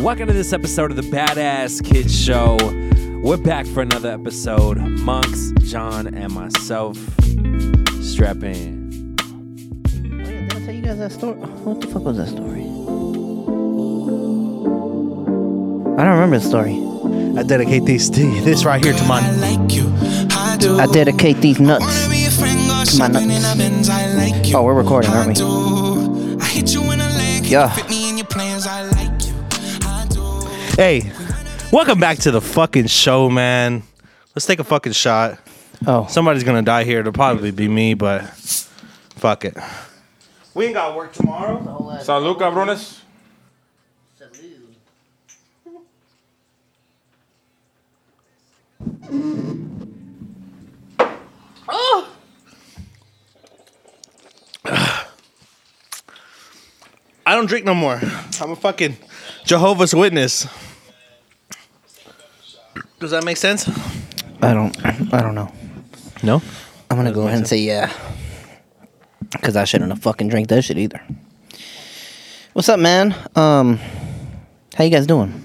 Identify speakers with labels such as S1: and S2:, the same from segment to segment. S1: Welcome to this episode of the Badass Kids Show. We're back for another episode. Monks, John, and myself. Strap in.
S2: Oh, yeah, did I tell you guys that story? What the fuck was that story? I don't remember the story.
S3: I dedicate these to this right here to
S4: I
S3: my
S4: like you. I do.
S2: I dedicate these nuts.
S4: Wanna be a friend, go shopping in a Benz. I like you.
S2: Oh, we're recording,
S4: I
S2: aren't we?
S4: do. I hit you in a leg.
S2: Yeah.
S4: Yeah. Fit me in your plans. I like you. I do.
S3: hey. Welcome back to the fucking show, man. Let's take a fucking shot.
S2: Oh,
S3: Somebody's gonna die here. It'll probably be me, but fuck it. We ain't got work tomorrow.
S5: Salud, cabrones.
S3: I don't drink no more. I'm a fucking Jehovah's Witness. Does that make sense?
S2: I don't. I don't know.
S3: No.
S2: I'm gonna go ahead and say yeah, because I shouldn't have fucking drank that shit either. What's up, man? Um, how you guys doing?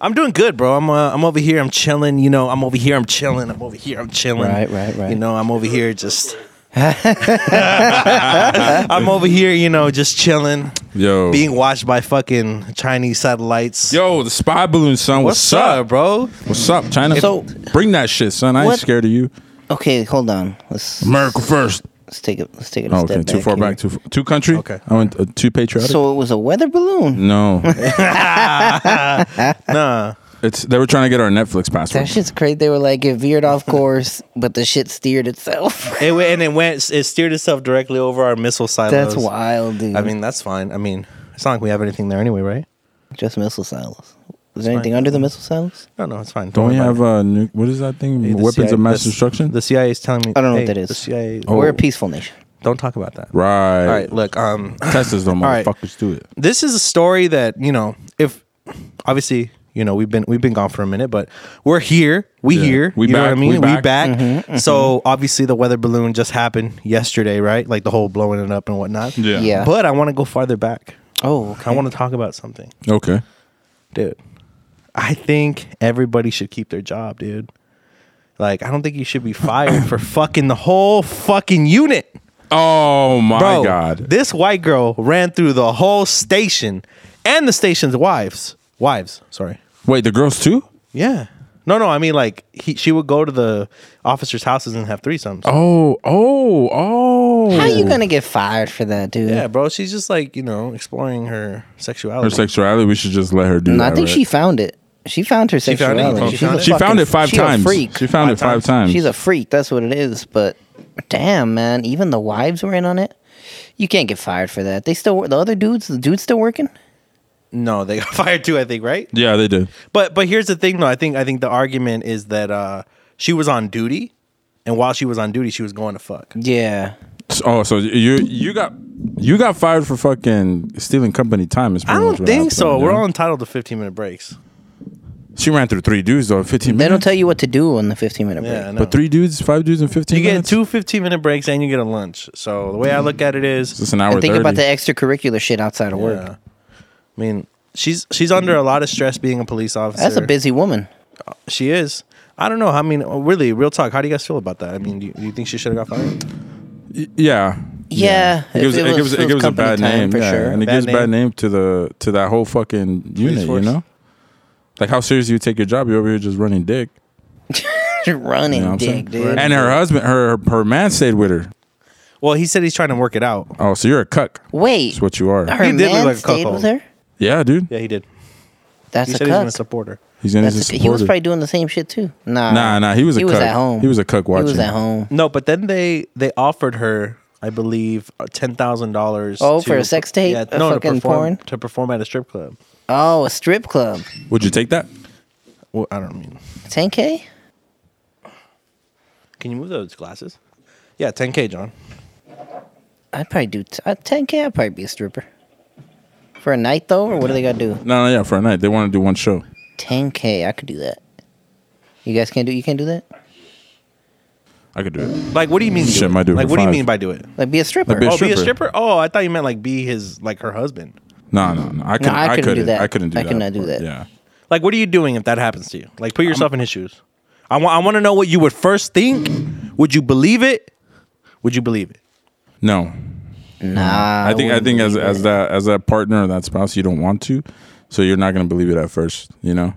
S3: I'm doing good, bro. I'm uh, I'm over here. I'm chilling. You know, I'm over here. I'm chilling. I'm over here. I'm chilling.
S2: Right, right, right.
S3: You know, I'm over here just. I'm over here, you know, just chilling,
S5: Yo.
S3: being watched by fucking Chinese satellites.
S5: Yo, the spy balloon, son. What's,
S3: what's
S5: up?
S3: up, bro?
S5: What's up, China?
S2: So-
S5: bring that shit, son. I
S2: What-
S5: ain't scared of you.
S2: Okay, hold on. Let's
S5: America first.
S2: let's take it. Let's take it a
S5: Oh,
S2: step
S5: okay,
S2: back.
S5: too far
S2: here.
S5: back. Too too country.
S3: Okay.
S5: I went uh, too patriotic.
S2: So it was a weather balloon.
S5: no,
S3: Nah,
S5: it's they were trying to get our Netflix
S2: That
S5: password.
S2: shit's crazy. They were like it veered off course, but the shit steered itself.
S3: it went, and it went. It steered itself directly over our missile silos.
S2: That's wild, dude.
S3: I mean, that's fine. I mean, it's not like we have anything there anyway, right?
S2: Just missile silos. Is there anything under the missile silos?
S3: No, no, it's fine.
S5: Don't we
S3: worry
S5: have
S2: um,
S3: about
S5: uh, nu- what is that thing?
S3: it. Hey, the
S5: Weapons
S3: CIA
S5: of mass
S3: the-
S5: destruction.
S3: The CIA is telling me.
S2: I don't know
S3: hey,
S2: what that is.
S3: The CIA.
S2: We're a
S5: Oh.
S2: peaceful nation.
S3: Don't talk about that.
S5: right.
S3: All right, look. Um,
S5: Texas, don't
S3: right.
S5: motherfuckers do it.
S3: this is a story that you know if obviously you know we've been we've been gone for a minute but we're here we
S5: Yeah.
S3: here
S5: We
S3: you know what i
S5: back,
S3: mean
S5: we back.
S3: so obviously the weather balloon just happened yesterday right like the whole blowing it up and whatnot
S5: Yeah.
S2: Yeah.
S3: but i want to go farther back
S2: Oh, okay.
S3: i want to talk about something
S5: Okay.
S3: dude i think everybody should keep their job dude like i don't think you should be fired for fucking the whole fucking unit
S5: Oh my
S3: Bro,
S5: god.
S3: This white girl ran through the whole station and the station's wives. Wives, sorry.
S5: Wait, the girls too?
S3: Yeah. No, no, I mean like he, she would go to the officers' houses and have threesomes.
S5: Oh, oh, oh.
S2: How you gonna get fired for that, dude?
S3: Yeah, bro. She's just like, you know, exploring her
S5: her
S3: sexuality.
S5: sexuality? We should just let her do
S2: And
S5: that.
S2: I think
S5: right?
S2: she found it. She found her
S3: found it?
S2: sexuality.
S3: Oh, she
S2: She's
S3: found it?
S2: a
S5: She
S2: fucking-
S5: found it five
S2: she's
S5: times.
S2: A freak.
S5: She found
S3: Five
S5: it five
S3: times.
S5: times.
S2: She's a freak. That's what it is. But damn, man, even the wives were in on it. You can't get fired for that. They still wor- the other dudes. The dudes still working.
S3: no, they got fired too, I think, right?
S5: yeah, they did.
S3: But but here's the thing though, I think I think the argument is that uh she was on duty and while she was on duty, she was going to fuck.
S2: Yeah.
S5: Oh, so you you got you got fired for fucking stealing company time? Is pretty
S3: I
S5: much
S3: don't
S5: what
S3: think
S5: happened,
S3: so. We're
S5: yeah?
S3: all entitled to 15 minute breaks.
S5: She ran through three dudes though, in fifteen
S2: They
S5: minutes.
S2: don't tell you what to do on the 15 minute break.
S3: Yeah, I know.
S5: but three dudes, five dudes, in fifteen.
S3: You get
S5: minutes?
S3: two 15 minute breaks and you get a lunch. So the way I look at it is,
S5: It's an hour.
S2: and think
S5: 30.
S2: about the extracurricular shit outside of work.
S3: yeah. I mean, she's she's under a lot of stress being a police officer.
S2: That's a busy woman.
S3: She is. I don't know. I mean, really, real talk. How do you guys feel about that? I mean, do you, do you think she should have got fired?
S5: Y- Yeah.
S2: Yeah,
S5: It
S2: if
S5: gives
S2: it
S5: it,
S2: was-
S5: gives
S2: if it
S5: it
S2: was
S5: gives a
S2: company
S5: bad
S2: time,
S5: name,
S2: for
S5: yeah,
S2: sure.
S5: and it
S3: Bad
S5: gives a
S3: name.
S5: bad name to the to that whole fucking unit. You
S3: force.
S5: know, like how serious you take your job? You're over here just running dick.
S2: Running
S5: You know what I'm saying?
S2: dick, dude.
S5: And her husband, her her man stayed with her.
S3: Well, he said he's trying to work it out.
S5: Oh, so you're a cuck.
S2: Wait,
S5: That's what you are.
S2: her
S3: He did look
S2: man
S3: like a
S2: stayed
S3: cuckold.
S2: with her.
S5: Yeah, dude.
S3: Yeah, he did.
S2: That's
S3: he
S2: a
S3: said he's going to
S2: cuck.
S3: support her.
S5: He's in
S2: That's
S5: his
S2: a, he was
S5: supporter.
S2: probably doing the same shit too. Nah,
S5: Nah, nah, he was a
S2: he was
S5: cuck.
S2: at home.
S5: He was a cuck
S2: He was
S5: watching.
S2: at home.
S3: No, but then they they offered her, I believe, uh, ten thousand dollars.
S2: Oh, for a sex tape? A
S3: no, to
S2: fucking
S3: perform,
S2: porn?
S3: to perform at a strip club.
S2: Oh, a strip club,
S5: Would you take that?
S3: Well, I don't mean.
S2: 10k.
S3: Can you move those glasses? Yeah, ten k, John.
S2: I'd probably do t- uh, 10k. I'd probably be a stripper for a night though. Or what do they gotta do?
S5: No, no, yeah, for a night. They want to do one show.
S2: 10k. I could do that. You guys can't do. You can't do that.
S5: I could do it.
S3: Like, what do you mean?
S5: Shit,
S3: do it?
S5: might do it
S3: like,
S5: for
S3: what do you
S5: five.
S3: mean by do it?
S2: Like be a stripper.
S5: Like, be a
S3: oh,
S5: stripper.
S3: be a stripper? Oh, I thought you meant like be his like her husband.
S5: No, no, no. I couldn't.
S2: I
S5: I
S2: couldn't do
S5: couldn't.
S2: that.
S5: I couldn't do
S2: I
S5: that.
S2: could not do
S5: part.
S2: that.
S5: Yeah.
S3: Like, what are you doing if that happens to you? Like, put yourself in his shoes. I want. I want to know what you would first think. Would you believe it? Would you believe it?
S5: No.
S2: Nah.
S5: I, think. I
S2: wouldn't
S5: think as
S2: believe
S5: as
S2: it.
S5: that as that partner or that spouse, you don't want to, so you're not gonna believe it at first. You know.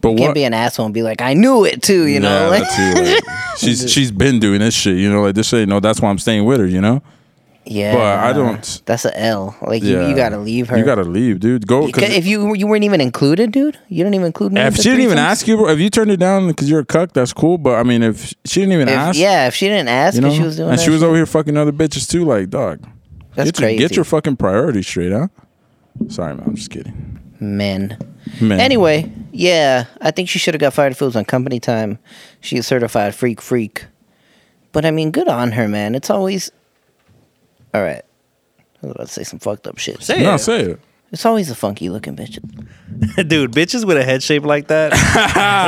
S5: But
S2: Can't
S5: what?
S2: be an asshole and be like, I knew it too, you know?
S5: Yeah,
S2: Like,
S5: that too, like, she's she's been doing this shit. You know, like this shit. No, that's why I'm staying with her. You know.
S2: yeah.
S5: But I don't.
S2: That's a L. Like, you,
S5: Yeah.
S2: you gotta leave her.
S5: You gotta leave, dude. Go.
S2: Because if you you weren't even included, dude, you didn't even include me.
S5: If
S2: with
S5: she
S2: the
S5: didn't even
S2: threesomes?
S5: ask you, bro, if you turned it down because you're a cuck, that's cool. But I mean, if she didn't even
S2: If-
S5: ask,
S2: yeah, if she didn't ask,
S5: you know,
S2: 'cause she was doing
S5: and
S2: that
S5: she was
S2: shit.
S5: over here fucking other bitches too. Like, dog,
S2: That's
S5: get your, Get
S2: crazy.
S5: your fucking priorities straight, huh? Sorry, man. I'm just kidding.
S2: men.
S5: Man.
S2: Anyway, yeah, I think she should have got fired if it was on company time. She's a certified freak, freak. But I mean, good on her, man. It's always all right. I was about to say some fucked up shit.
S3: Say
S5: no,
S3: it.
S5: say it.
S2: It's always a funky looking bitch.
S3: dude. Bitches with a head shape like that.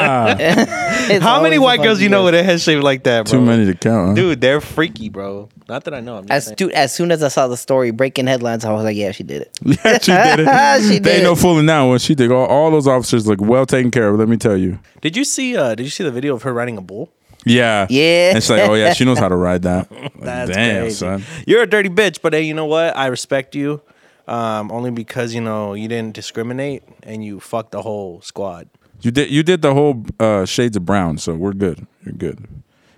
S2: It's
S3: How many white
S2: always a
S3: girls
S2: funky
S3: you know
S2: bitch.
S3: with a head shape like that, bro?
S5: Too many to count, huh?
S3: Dude, they're freaky, bro. Not that I know. I'm just
S2: As
S3: saying.
S2: dude, as soon as I saw the story breaking headlines, I was like, yeah, she did it.
S5: Yeah, she did it.
S2: She
S5: they
S2: did
S5: ain't no
S2: it.
S5: fooling now when she did. All, all those officers look well taken care of. Let me tell you.
S3: Did you see? Uh, did you see the video of her riding a bull?
S5: Yeah.
S2: Yeah.
S5: And she's like, oh yeah, she knows how to ride that. Like,
S3: That's
S5: damn,
S3: crazy.
S5: son.
S3: You're a dirty bitch, but hey, you know what? I respect you, um, only because you know you didn't discriminate and you fucked the whole squad.
S5: You did. You did the whole uh, shades of brown. So we're good. You're good.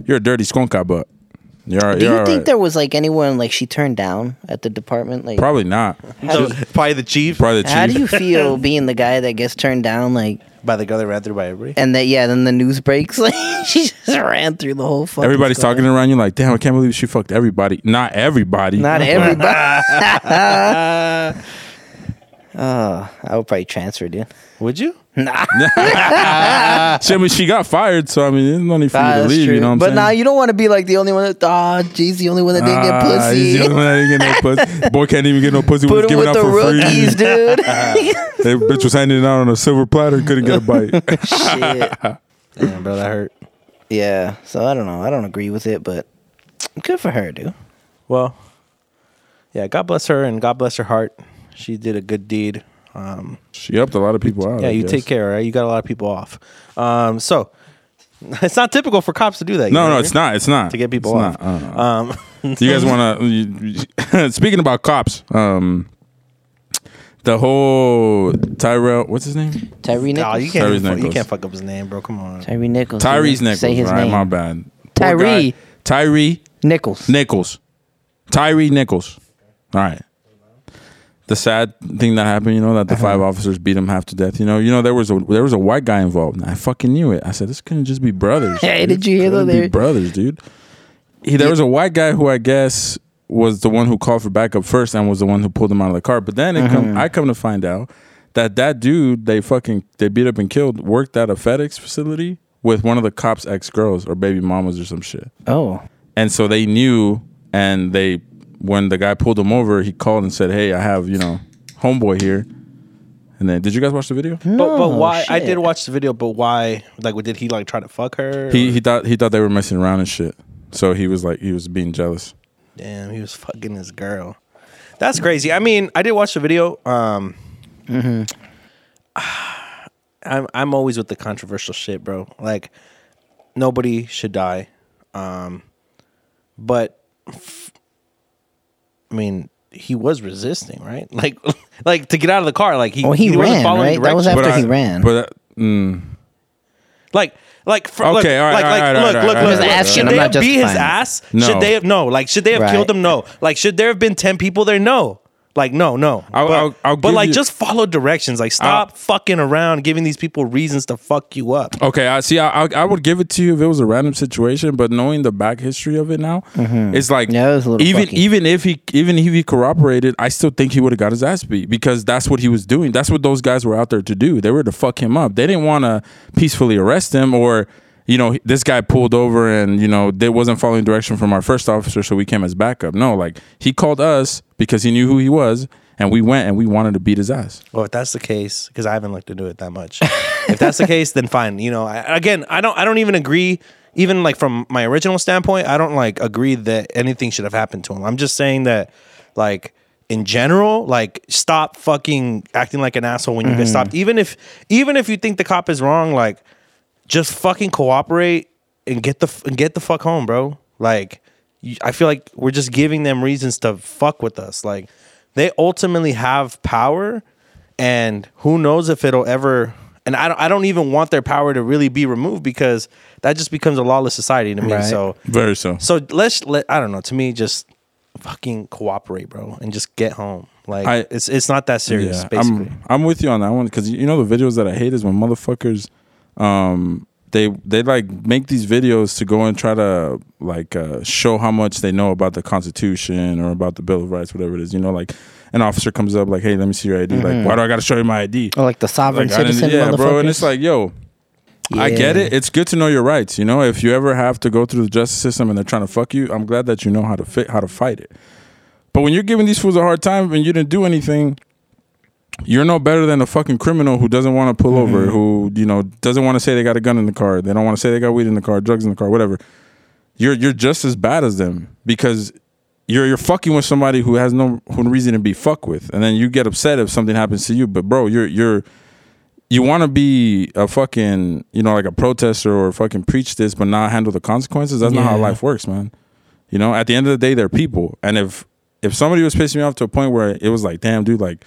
S5: You're a dirty skunka butt. You're, all-
S2: Do
S5: you're
S2: you
S5: all
S2: think
S5: right.
S2: there was like anyone like she turned down at the department? Like,
S5: Probably not.
S3: So, probably the chief,
S5: Probably the chief.
S2: how do you feel being the guy that gets turned down? Like,
S3: by the guy that ran through by everybody.
S2: and that yeah, then the news breaks. Like, she just ran through the whole fucking.
S5: Everybody's
S2: squad.
S5: talking around you like, damn, I can't believe she fucked everybody. Not everybody.
S2: Not
S5: But
S2: everybody. oh, I would probably transfer, dude.
S3: Would you?
S5: She, I mean, she got fired, so I mean, there's no need for
S2: Ah,
S5: you to
S2: that's
S5: leave.
S2: true.
S5: You know what I'm
S2: but
S5: saying?
S2: now you don't want to be like the only one that. Ah, geez, the only one that didn't get
S5: Ah, he's the
S2: pussy.
S5: only one that didn't get no pussy. Boy can't even get no pussy. when
S2: Put
S5: it's
S2: him
S5: given
S2: with
S5: out
S2: the
S5: for
S2: rookies,
S5: free.
S2: dude.
S5: that bitch was handing it out on a silver platter. Couldn't get a bite.
S2: Shit.
S3: Damn, bro, that hurt.
S2: Yeah. So I don't know. I don't agree with it, but good for her, dude.
S3: Well, yeah. God bless her and God bless her heart. She did a good deed. Um,
S5: she upped a lot of people out.
S3: yeah,
S5: I
S3: you
S5: guess.
S3: take care, right? You got a lot of people off. Um, so it's not typical for cops to do that. you
S5: No,
S3: know,
S5: no,
S3: right?
S5: it's not. It's not
S3: to get people
S5: It's
S3: off.
S5: not. I don't know.
S3: Um,
S5: you guys want to? Speaking about cops, um, the whole Tyrell, what's his name?
S2: Tyree Nichols.
S3: nah, you can't.
S5: Tyrese
S3: even fu- You
S5: Nichols.
S3: can't fuck up his name, bro. Come on.
S2: Tyree Nichols.
S5: Tyrese
S2: dude.
S5: Nichols.
S2: Say his
S5: right?
S2: name.
S5: My bad. Poor
S2: Tyree.
S5: guy. Tyree
S2: Nichols.
S5: Nichols. Tyree Nichols. All right. The sad thing that happened, you know, that the
S2: Uh-huh.
S5: five officers beat him half to death. You know, you know there was a there was a white guy involved. I fucking knew it. I said this couldn't just be brothers.
S2: Hey,
S5: dude.
S2: did you hear
S5: Couldn't
S2: though,
S5: be
S2: there-
S5: Brothers, dude. He, there was a white guy who I guess was the one who called for backup first and was the one who pulled him out of the car. But then it
S2: Uh-huh.
S5: come, I come to find out that that dude they fucking they beat up and killed worked at a FedEx facility with one of the cops' ex girls or baby mamas or some shit.
S2: Oh.
S5: And so they knew, and they when the guy pulled him over, he called and said, "Hey, I have you know, homeboy here." And then, did you guys watch the video?
S3: But but
S2: No,
S3: why? I did
S2: shit.
S3: watch the video, but why? Like, what, did he like try to fuck her?
S5: He
S3: or-
S5: he thought he thought they were messing around and shit. So he was like, he was being jealous.
S3: damn, he was fucking his girl. That's crazy. I mean, I did watch the video. Um,
S2: Mm-hmm.
S3: I'm I'm always with the controversial shit, bro. Like, nobody should die. Um, but f- I mean, he was resisting, right? Like, like to get out of the car. Like he
S2: Well, he
S3: wasn't
S2: ran,
S3: following
S2: right? That was
S3: directions.
S2: after
S5: I-
S2: he ran.
S5: But I- mm,
S3: Like, like, fr-
S5: Okay,
S3: look,
S5: all right,
S3: like,
S5: all
S3: like,
S5: right, all
S3: look,
S5: right,
S3: look,
S5: all right,
S3: look.
S5: all right,
S3: look.
S5: all
S3: Should
S2: right.
S3: they
S2: I'm
S3: have
S2: not
S3: beat his
S2: justifying it.
S3: ass?
S5: No.
S3: Should they have no? Like, should they have
S2: Right.
S3: killed him? No. Like, should there have been ten people there? No. Like, no, no.
S5: I'll-
S3: but
S5: I'll- I'll
S3: but
S5: give
S3: like,
S5: you-
S3: just follow directions. Like, stop fucking around, giving these people reasons to fuck you up.
S5: Okay, I see. I, I I would give it to you if it was a random situation, but knowing the back history of it now, it's like
S2: Mm-hmm. Yeah, it was a little
S5: even
S2: fucky.
S5: even if he even if he corroborated, I still think he would have got his ass beat because that's what he was doing. That's what those guys were out there to do. They were to fuck him up. They didn't want to peacefully arrest him or. You know, this guy pulled over and, you know, they wasn't following direction from our first officer, so we came as backup. No, like, he called us because he knew who he was, and we went and we wanted to beat his ass.
S3: Well, if that's the case, because I haven't looked into it that much. if that's the case, then fine. You know, I, again, I don't, I don't even agree. Even like from my original standpoint, I don't like agree that anything should have happened to him. I'm just saying that, like, in general, like stop fucking acting like an asshole when you get stopped. Even if even if you think the cop is wrong, like just fucking cooperate and get the f- and get the fuck home, bro. Like you, I feel like we're just giving them reasons to fuck with us. Like they ultimately have power and who knows if it'll ever and I don't, I don't even want their power to really be removed because that just becomes a lawless society to me.
S2: Right.
S3: So
S5: Very so.
S3: so let's let I don't know. To me, just fucking cooperate, bro, and just get home. Like
S5: I-
S3: it's it's not that serious.
S5: Yeah,
S3: basically,
S5: I'm, I'm with you on that one because you know the videos that I hate is when motherfuckers, um, they they like make these videos to go and try to like uh, show how much they know about the Constitution or about the Bill of Rights, whatever it is. You know, like an officer comes up like, "Hey, let me see your ID."
S3: Mm-hmm.
S5: Like, why do I got to show you my ID?
S3: Oh,
S2: Or like the sovereign
S5: Like, I didn't-
S2: citizen,
S5: yeah,
S2: motherfuckers.
S5: bro. And it's like, yo, I get
S2: Yeah.
S5: it. It's good to know your rights. You know, if you ever have to go through the justice system and they're trying to fuck you, I'm glad that you know how to fit how to fight it. But when you're giving these fools a hard time and you didn't do anything, you're no better than a fucking criminal who doesn't want to pull
S2: Mm-hmm.
S5: over, who you know doesn't want to say they got a gun in the car, they don't want to say they got weed in the car, drugs in the car, whatever. You're you're just as bad as them because you're you're fucking with somebody who has no who no reason to be fucked with, and then you get upset if something happens to you. But bro, you're you're you want to be a fucking you know like a protester or fucking preach this but not handle the consequences that's not how
S2: Yeah.
S5: life works man you know at the end of the day they're people and if if somebody was pissing me off to a point where it was like damn dude like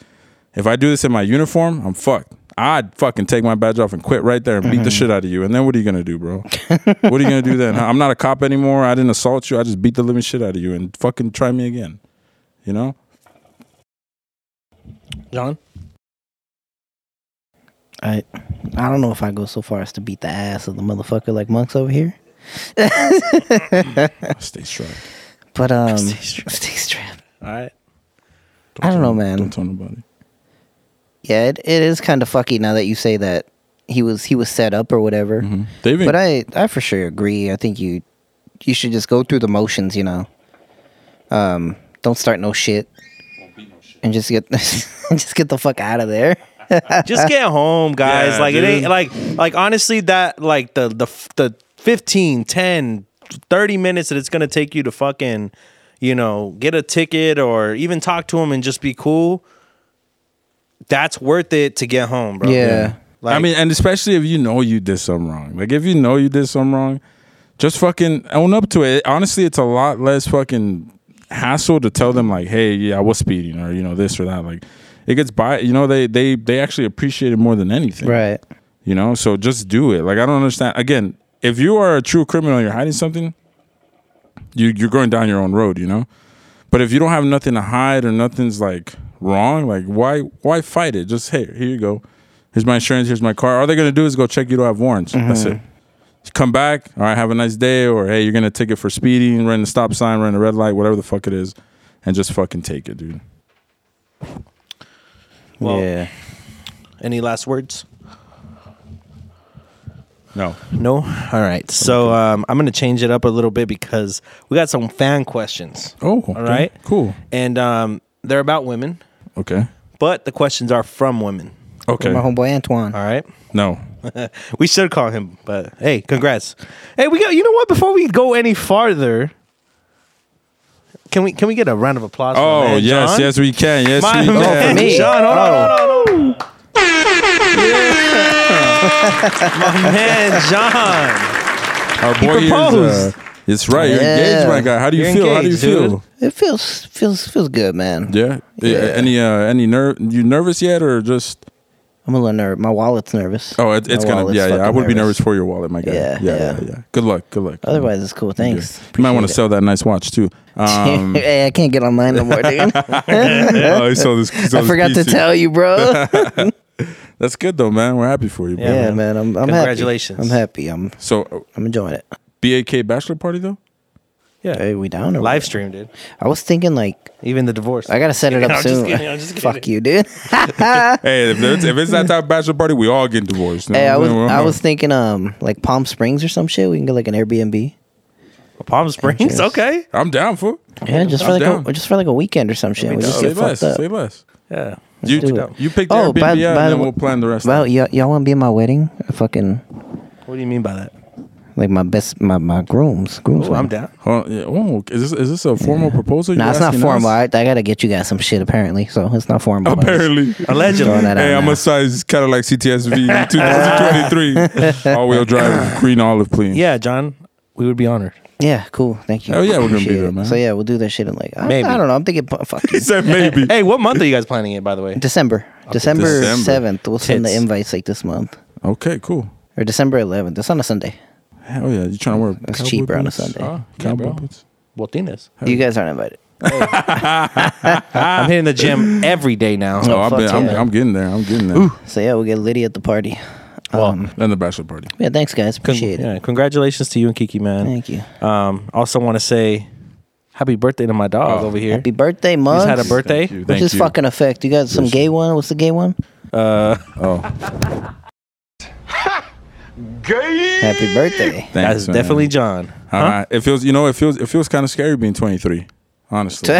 S5: if i do this in my uniform i'm fucked i'd fucking take my badge off and quit right there and beat the shit out of you and then what are you gonna do bro what are you gonna do then i'm not a cop anymore i didn't assault you i just beat the living shit out of you and fucking try me again you know
S3: John.
S2: I, I don't know if I go so far as to beat the ass of the motherfucker like monks over here.
S5: stay strong
S2: But um, stay strapped.
S3: All right.
S2: I don't know, man.
S5: don't tell nobody
S2: Yeah, it, it is kind of fucky now that you say that he was he was set up or whatever.
S5: Mm-hmm. they even
S2: But I I for sure agree. I think you you should just go through the motions, you know. Um, don't start no shit. And just get just get the fuck out of there.
S3: Just get home, guys.
S5: Yeah,
S3: like it ain't
S5: dude.
S3: like like honestly that like the the f- the 15, 10, 30 minutes that it's gonna take you to fucking you know get a ticket or even talk to him and just be cool. That's worth it to get home, bro.
S2: Yeah.
S3: Like,
S5: I mean, and especially if you know you did something wrong. Like if you know you did something wrong, just fucking own up to it. Honestly, it's a lot less fucking hassle to tell them like, hey, yeah, I was speeding or you know this or that. Like it gets by. You know, they they they actually appreciate it more than anything.
S2: Right.
S5: You know, so just do it. Like I don't understand. Again, if you are a true criminal, and you're hiding something. You you're going down your own road. You know. But if you don't have nothing to hide or nothing's like wrong, like why why fight it? Just hey, here you go. Here's my insurance. Here's my car. All they're gonna do is go check you don't have warrants. That's it. Just come back. All right, have a nice day. Or hey, you're gonna ticket for speeding, running a stop sign, running a red light, whatever the fuck it is, and just fucking take it, dude.
S3: Well-
S2: yeah.
S3: any last words?
S5: No,
S3: No. All right. So um, I'm gonna change it up a little bit because we got some fan questions.
S5: Oh,
S3: all right.
S5: cool.
S3: And um, they're about women,
S5: okay,
S3: but the questions are from women.
S5: okay.
S2: My homeboy Antoine.
S3: All right.
S5: No,
S3: We should call him, but hey, congrats. Hey, we got. You know what? Before we go any farther. Can we can we get a round of applause? for
S5: oh
S3: my man,
S5: yes,
S3: John?
S5: yes Oh, we can, yes
S3: My
S5: we
S3: man,
S5: can.
S2: for me.
S3: John. Hold on, hold on, hold on.
S5: Oh.
S3: Yeah. My man, John.
S5: Our boy is. Uh,
S3: proposed.
S5: it's right. You're
S2: Yeah.
S5: engaged, my guy. How do you
S3: You're
S5: feel? How do you
S3: engaged,
S5: feel?
S3: dude.
S2: It feels feels feels good, man.
S5: Yeah. Yeah. Any uh, any nerve? You nervous yet, or just?
S2: I'm a little nervous. My wallet's nervous.
S5: Oh, it,
S2: My
S5: it's gonna.
S2: wallet's
S5: Yeah, yeah. I
S2: fucking
S5: would be nervous for your wallet, my guy.
S2: Yeah,
S5: yeah,
S2: yeah.
S5: yeah. yeah. Good luck. Good luck.
S2: Otherwise, it's cool.
S5: Yeah.
S2: Thanks.
S5: You might want to
S2: Appreciate
S5: sell that nice watch too.
S2: it.
S5: Um,
S2: hey, I can't get online no more, dude.
S5: oh, I saw this. saw
S2: I
S5: this
S2: forgot
S5: piece,
S2: to
S5: too.
S2: tell you, bro.
S5: That's good though, man. We're happy for you. bro.
S2: yeah,
S3: man.
S2: man. I'm, I'm
S3: Congratulations.
S2: happy. I'm happy. I'm
S5: So, uh,
S2: I'm enjoying it.
S5: BAK bachelor party though.
S2: Hey, we down or
S3: Live
S2: what?
S3: stream, dude.
S2: I was thinking like
S3: Even the divorce.
S2: I gotta set it up
S3: I'm just
S2: soon.
S3: kidding, I'm just kidding.
S2: Fuck you, dude.
S5: Hey, if it's, if it's that type of bachelor party, we all get divorced.
S2: hey, I was
S5: We're-
S2: I was thinking um like Palm Springs or some shit. We can get like an Airbnb.
S3: Palm Springs.
S2: Cheers.
S3: Okay.
S5: I'm down for. it.
S2: Yeah, just for
S5: I'm
S2: like a,
S5: down.
S2: just for like a weekend or some shit. We just
S5: Say
S2: get
S5: less.
S2: fucked up.
S5: Say less.
S3: Yeah.
S2: do
S5: You
S2: it. Oh,
S5: you pick the Airbnb out, and
S2: the
S5: then
S2: way-
S5: we'll plan the rest.
S2: Well,
S5: out.
S2: y'all, y'all want to be at my wedding? I fucking
S3: What do you mean by that?
S2: like my best my my grooms grooms.
S3: Oh, I'm down.
S5: Hold on, yeah, oh, is this is this a formal proposal?
S2: No,
S5: you're
S2: it's not
S5: asking
S2: formal.
S5: us?
S2: I, I gotta get you guys some shit apparently, so it's not formal. but it's-
S5: Apparently,
S3: Allegedly.
S2: Throwing that out
S5: Hey, I'm
S2: now.
S5: a size Cadillac CTSV 2023 all-wheel drive green olive, please.
S3: Yeah, John, we would be honored.
S2: Yeah, cool. Thank you.
S5: Hell Oh, yeah, we're gonna be
S2: Appreciate
S5: there,
S2: it.
S5: man.
S2: So yeah, we'll do that shit in like I,
S3: Maybe.
S2: I don't know. I'm thinking pu- fuck
S5: he
S2: it.
S5: said maybe.
S3: Hey, what month are you guys planning it, by the way?
S2: December, December
S5: December.
S2: seventh. We'll send the
S3: Tits.
S2: invites like this month
S5: Okay, cool.
S2: or December eleventh. It's on a Sunday.
S5: Hell yeah, you trying to wear?
S2: It's
S5: cowboy
S2: cheaper on a
S5: boots?
S2: Sunday.
S5: Ah,
S3: Yeah,
S5: cowboy
S3: bro.
S5: boots.
S3: Latinas.
S2: You guys aren't invited. Ah.
S3: I'm hitting the gym every day now.
S5: Oh, I've
S2: fuck
S5: been, I'm,
S2: yeah.
S5: I'm getting there. I'm getting there.
S2: So yeah, we'll get Liddy at the party.
S3: Well,
S2: Um,
S5: And the bachelor party.
S2: yeah, thanks guys.
S3: Con-
S2: Appreciate it.
S3: yeah, congratulations to you and Kiki, man.
S2: Thank you.
S3: Um, also want to say happy birthday to my dog
S5: Oh.
S3: over here.
S2: Happy birthday,
S3: He's
S2: Mugs.
S3: had a birthday.
S5: Thank you.
S2: What's
S5: Thank
S2: his
S5: you.
S2: fucking effect? You got some gay one? What's the gay one?
S3: Uh,
S5: oh,
S2: Happy birthday.
S5: thanks,
S3: that's
S5: man.
S3: definitely John.
S5: All right. It feels, you know, it feels, it feels kind of scary being 23. Honestly,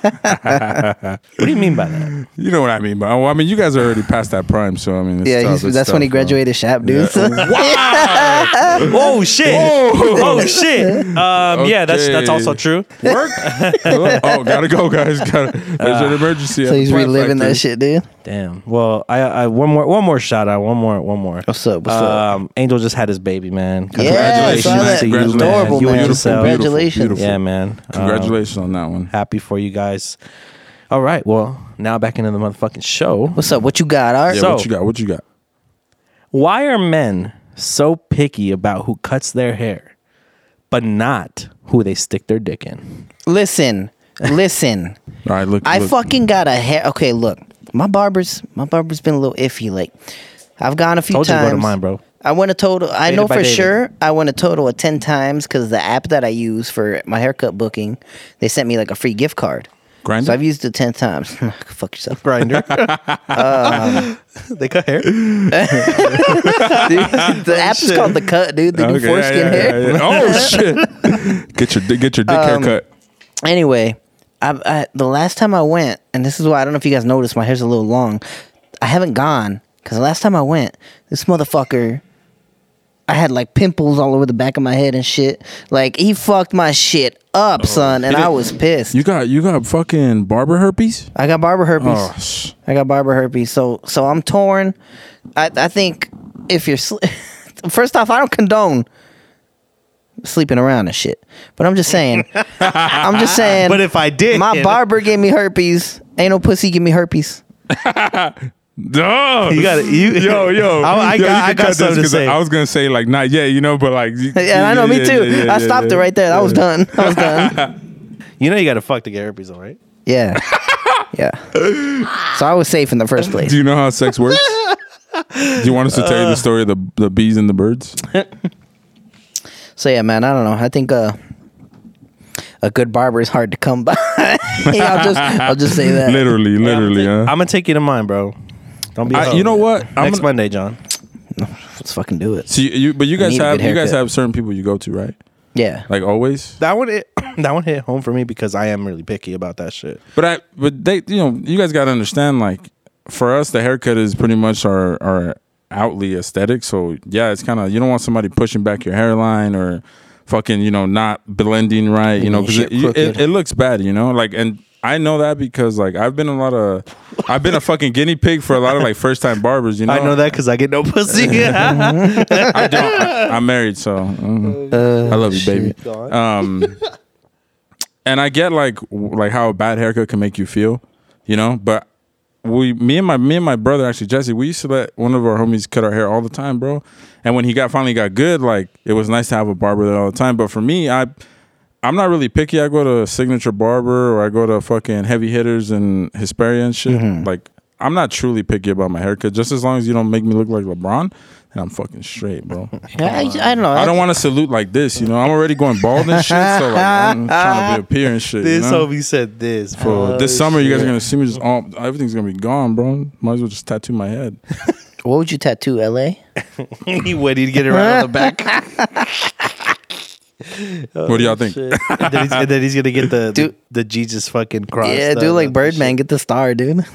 S3: What do you mean by that?
S5: you know what I mean. But well, I mean, you guys are already past that prime, so I mean, it's
S2: Yeah,
S5: tough,
S2: he's,
S5: it's
S2: that's when
S5: tough,
S2: he graduated shop, dude.
S5: Bro. wow.
S3: oh shit! Oh shit! Um, Yeah, that's that's also
S5: Okay.
S3: true.
S5: Work. oh, gotta go, guys. Gotta, there's an emergency. at
S2: Uh, so
S5: the
S2: he's
S5: plant
S2: reliving
S5: factory.
S2: that shit, dude.
S3: Damn. Well, I, I one more one more shout out. One more one more.
S2: What's up? What's
S5: Uh,
S2: up?
S3: Um, Angel just had his baby, man.
S2: Yeah, I saw
S5: Congratulations
S2: that.
S5: to you, man.
S2: Adorable,
S3: You
S2: man.
S3: and
S5: Beautiful,
S3: yourself.
S5: beautiful,
S2: Congratulations.
S5: beautiful.
S3: Yeah, man. Um,
S5: Congratulations on that one.
S3: happy for you guys. All right. Well, now back into the motherfucking show.
S2: What's up? What you got, Art?
S5: Yeah,
S3: So-
S5: what you got? What you got?
S3: Why are men so picky about who cuts their hair, but not who they stick their dick in?
S2: Listen, listen.
S5: All right, look.
S2: I
S5: look.
S2: fucking got a hair. Okay, look, my barber's my barber's been a little iffy. Like, I've gone a few
S3: Told you to
S2: times.
S3: go to mine, bro.
S2: I went a total. I
S3: Dated
S2: know
S3: by
S2: for
S3: David.
S2: sure. I went a total of ten times because the app that I use for my haircut booking, they sent me like a free gift card.
S5: Grindr?
S2: So I've used it ten times. Fuck yourself.
S3: Grinder. they cut hair.
S2: Dude, the app is called the cut, dude. They do
S5: Okay, yeah,
S2: foreskin
S5: yeah,
S2: hair. Um,
S5: yeah, yeah. Oh shit! Get your di- get your dick haircut.
S2: Anyway, I, I the last time I went, and this is why I don't know if you guys noticed, my hair's a little long. I haven't gone because the last time I went, this motherfucker, I had like pimples all over the back of my head and shit. Like he fucked my shit up, son, and I was pissed.
S5: Oh, You got you got fucking barber herpes.
S2: I got barber herpes.
S5: Oh, sh-
S2: I got barber herpes, so so I'm torn. I I think if you're sl- first off, I don't condone sleeping around and shit, but I'm just saying, I'm just saying.
S3: But if I did,
S2: my barber gave me herpes. Ain't no pussy give me herpes.
S5: Duh.
S3: You got it. You-
S5: yo yo.
S3: I- I
S5: yo,
S3: got-
S5: you
S3: I got
S5: can cut this
S3: something to
S5: 'cause
S3: say.
S5: I was gonna say like not yet, you know, but like. you-
S2: Yeah, I know, me
S5: yeah,
S2: too.
S5: yeah, yeah,
S2: I stopped
S5: yeah.
S2: it right there. I was done. I was done.
S3: You know you got to fuck to get herpes, though, right?
S2: Yeah, yeah. So I was safe in the first place.
S5: Do you know how sex works? Do you want us to tell you the story of the the bees and the birds?
S2: So yeah, man, I don't know. I think uh, a good barber is hard to come by. Yeah, I'll just I'll just say that.
S5: literally, literally, huh?
S3: I'm gonna take you to mine, bro. Don't be. a
S5: I-
S3: hoe.
S5: you know what? I'm
S3: Oh, Next
S5: gonna-
S3: Monday, John.
S2: Let's fucking do it.
S5: So you, you but you guys
S2: need a
S5: have
S2: good
S5: you guys
S2: haircut.
S5: have certain people you go to, right?
S2: Yeah.
S5: Like always.
S3: That one, hit, that one hit home for me because I am really picky about that shit.
S5: But I but they you know you guys got to understand like for us the haircut is pretty much our our outly aesthetic. So yeah, it's kind of you don't want somebody pushing back your hairline or fucking you know not blending right. You know because it,
S2: Shit
S5: it,
S2: crooked.
S5: it looks bad. You know like and. I know that because like I've been a lot of I've been a fucking guinea pig for a lot of like first time barbers, you know.
S3: I know that because I get no pussy. yeah,
S5: I don't I, I'm married, so mm. I love you, baby. Um, and I get like w- like how a bad haircut can make you feel, you know. But we, me and my me and my brother actually Jesse, we used to let one of our homies cut our hair all the time, bro. And when he got finally got good, like it was nice to have a barber there all the time. But for me, I I'm not really picky. I go to Signature Barber or I go to fucking Heavy Hitters and Hesperia and shit. Like, I'm not truly picky about my haircut. Just as long as you don't make me look like LeBron, and I'm fucking straight, bro.
S2: I, I don't know.
S5: I don't want to salute like this, you know. I'm already going bald and shit, so like, I'm trying to be a peer and shit.
S3: this Oh,
S5: you know?
S3: homie said this,
S5: Bro,
S3: bro.
S5: this summer, you guys are gonna see me just all everything's gonna be gone, bro. Might as well just tattoo my head.
S2: What would you tattoo, LA?
S3: he waited to get it right on the back.
S5: what do y'all think?
S3: and, then he's, and then he's gonna get the
S2: Dude.
S3: the, the Jesus fucking cross.
S2: yeah,
S3: the-
S2: do like
S3: the-
S2: Birdman, get the star, dude.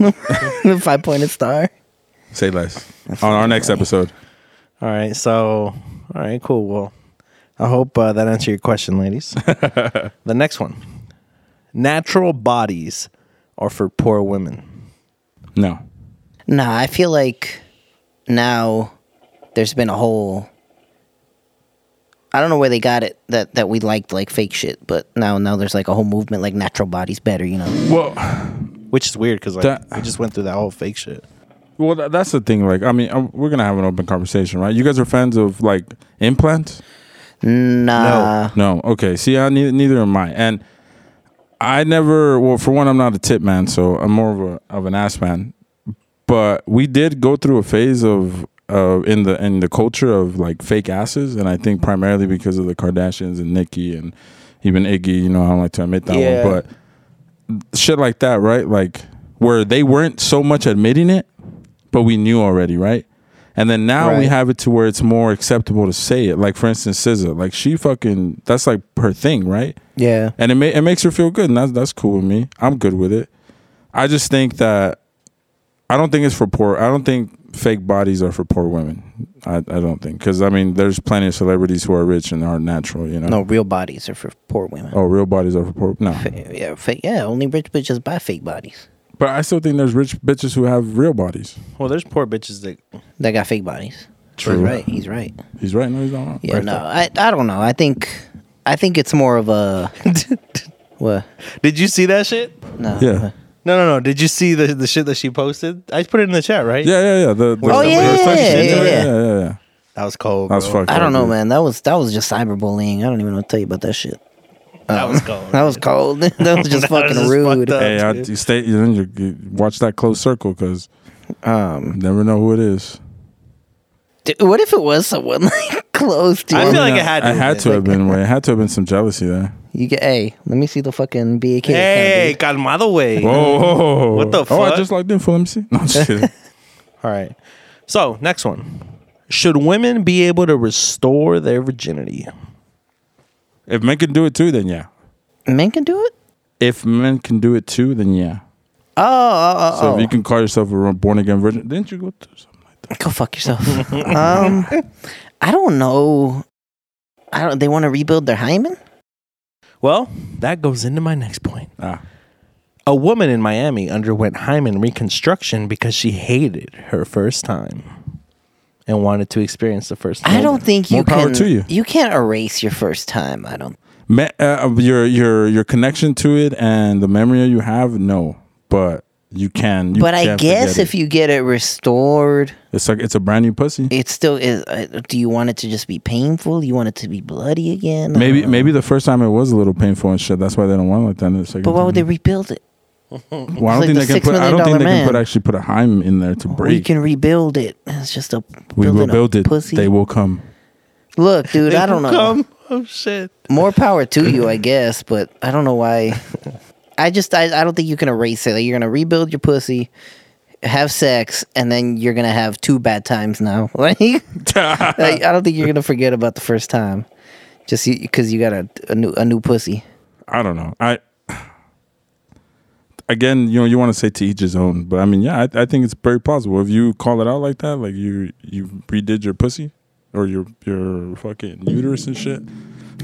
S2: the five pointed star.
S5: Say less on our next episode.
S3: All right, so all right, cool. Well, I hope uh, that answered your question, ladies. the next one natural bodies are for poor women.
S5: No.
S2: Nah, I feel like now there's been a whole. I don't know where they got it that, that we liked like fake shit, but now now there's like a whole movement like natural bodies better, you know.
S5: Well,
S3: Which is weird because like
S5: That-
S3: we just went through that whole fake shit.
S5: well, tha- that's the thing. Like, I mean, um, we're gonna have an open conversation, right? You guys are fans of like implants?
S2: Nah,
S5: No. Okay. See, I neither, neither am I. And I never. Well, for one, I'm not a tip man, so I'm more of a of an ass man. But we did go through a phase of uh, in the in the culture of like fake asses, and I think primarily because of the Kardashians and Nicki and even Iggy. You know, I don't like to admit that
S3: Yeah.
S5: one, but shit like that, right? Like where they weren't so much admitting it, but we knew already, right? And then now we
S2: Right.
S5: have it to where it's more acceptable to say it. Like for instance, SZA, like she fucking that's like her thing, right?
S2: yeah,
S5: And it ma- it makes her feel good, and that's that's cool with me. I'm good with it. I just think that I don't think it's for poor. I don't think fake bodies are for poor women. I, I don't think because I mean there's plenty of celebrities who are rich and aren't natural. You know.
S2: no real bodies are for poor women.
S5: Oh, real bodies are for poor. No.
S2: Yeah, fake. Yeah, only rich bitches buy fake bodies.
S5: But I still think there's rich bitches who have real bodies.
S3: Well, there's poor bitches that
S2: They got fake bodies.
S5: True.
S2: He's right. He's right.
S5: He's right. No, he's not wrong.
S2: Yeah,
S5: Right.
S2: no, I I don't know. I think I think it's more of a what?
S3: Did you see that shit?
S2: No. uh,
S5: Yeah.
S3: No, no, no. Did you see the, the shit that she posted? I put it in the chat, right?
S5: Yeah, yeah, yeah. The, the,
S2: Oh,
S5: the-
S2: yeah,
S5: the sex
S2: yeah,
S5: shit.
S2: yeah, yeah.
S5: yeah, yeah, yeah.
S3: That was cold.
S5: That was
S3: bro.
S5: fucked.
S2: I
S5: up,
S2: don't know,
S5: dude.
S2: man. That was that was just cyberbullying. I don't even know what to tell you about that shit. Uh,
S3: That was cold.
S2: That was cold. that was just
S3: That was
S2: fucking
S3: just
S2: rude.
S3: fucked up.
S5: Hey, I,
S3: dude.
S5: you stay. You, know, you, you watch that close circle because
S2: Um,
S5: never know who it is.
S2: dude, what if it was someone like close to
S3: I
S2: you?
S3: feel like it had to
S5: I
S3: have
S5: had
S3: been.
S5: to have been. Way. It had to have been some jealousy there.
S2: You get hey, let me see the fucking BAK. account,
S3: Hey,
S2: dude.
S3: calmado way.
S5: Whoa, whoa, whoa, whoa.
S3: What the
S5: Oh, I
S3: fuck?
S5: just logged in for. Let me see. No, I'm just kidding.
S3: All right. So next one. Should women be able to restore their virginity?
S5: if men can do it too, then yeah.
S2: men can do it.
S5: If men can do it too, then yeah.
S2: Oh, oh, oh,
S5: So
S2: oh.
S5: if you can call yourself a born again virgin, didn't you go through something like that?
S2: go fuck yourself. um, I don't know. I don't. They want to rebuild their hymen.
S3: Well, that goes into my next point.
S5: Ah,
S3: A woman in Miami underwent hymen reconstruction because she hated her first time and wanted to experience the first time.
S2: I don't think you
S5: More power
S2: can.
S5: to you.
S2: can't erase your first time. I don't.
S5: Me, uh, of your your your connection to it and the memory you have, no, but you can. You
S2: but I
S5: can't
S2: guess
S5: forget
S2: if
S5: it.
S2: you get it restored,
S5: it's like it's a brand new pussy.
S2: it still is. Uh, do you want it to just be painful? You want it to be bloody again? I
S5: Maybe
S2: don't know.
S5: maybe the first time it was a little painful and shit. That's why they don't want it like that. in the second
S2: But why would they
S5: time.
S2: rebuild it?
S5: Well, I don't
S2: It's
S5: think
S2: like
S5: they
S2: the
S5: can put.
S2: $6
S5: I don't think
S2: million
S5: they can
S2: man.
S5: put actually put a hyme in there to
S2: We
S5: break.
S2: can rebuild it. It's just a
S5: We will
S2: building a
S5: build it.
S2: Pussy.
S5: They will come.
S2: Look, dude. I don't know.
S3: Come. Oh shit.
S2: More power to you, I guess. But I don't know why. I just I, I don't think you can erase it. Like, you're gonna rebuild your pussy, have sex, and then you're gonna have two bad times now. Like. Like, I don't think you're gonna forget about the first time, just because you got a, a new a new pussy.
S5: I don't know. I again, you know, you want to say to each his own, but I mean, yeah, I, I think it's very plausible if you call it out like that, like you you redid your pussy or your your fucking uterus and shit.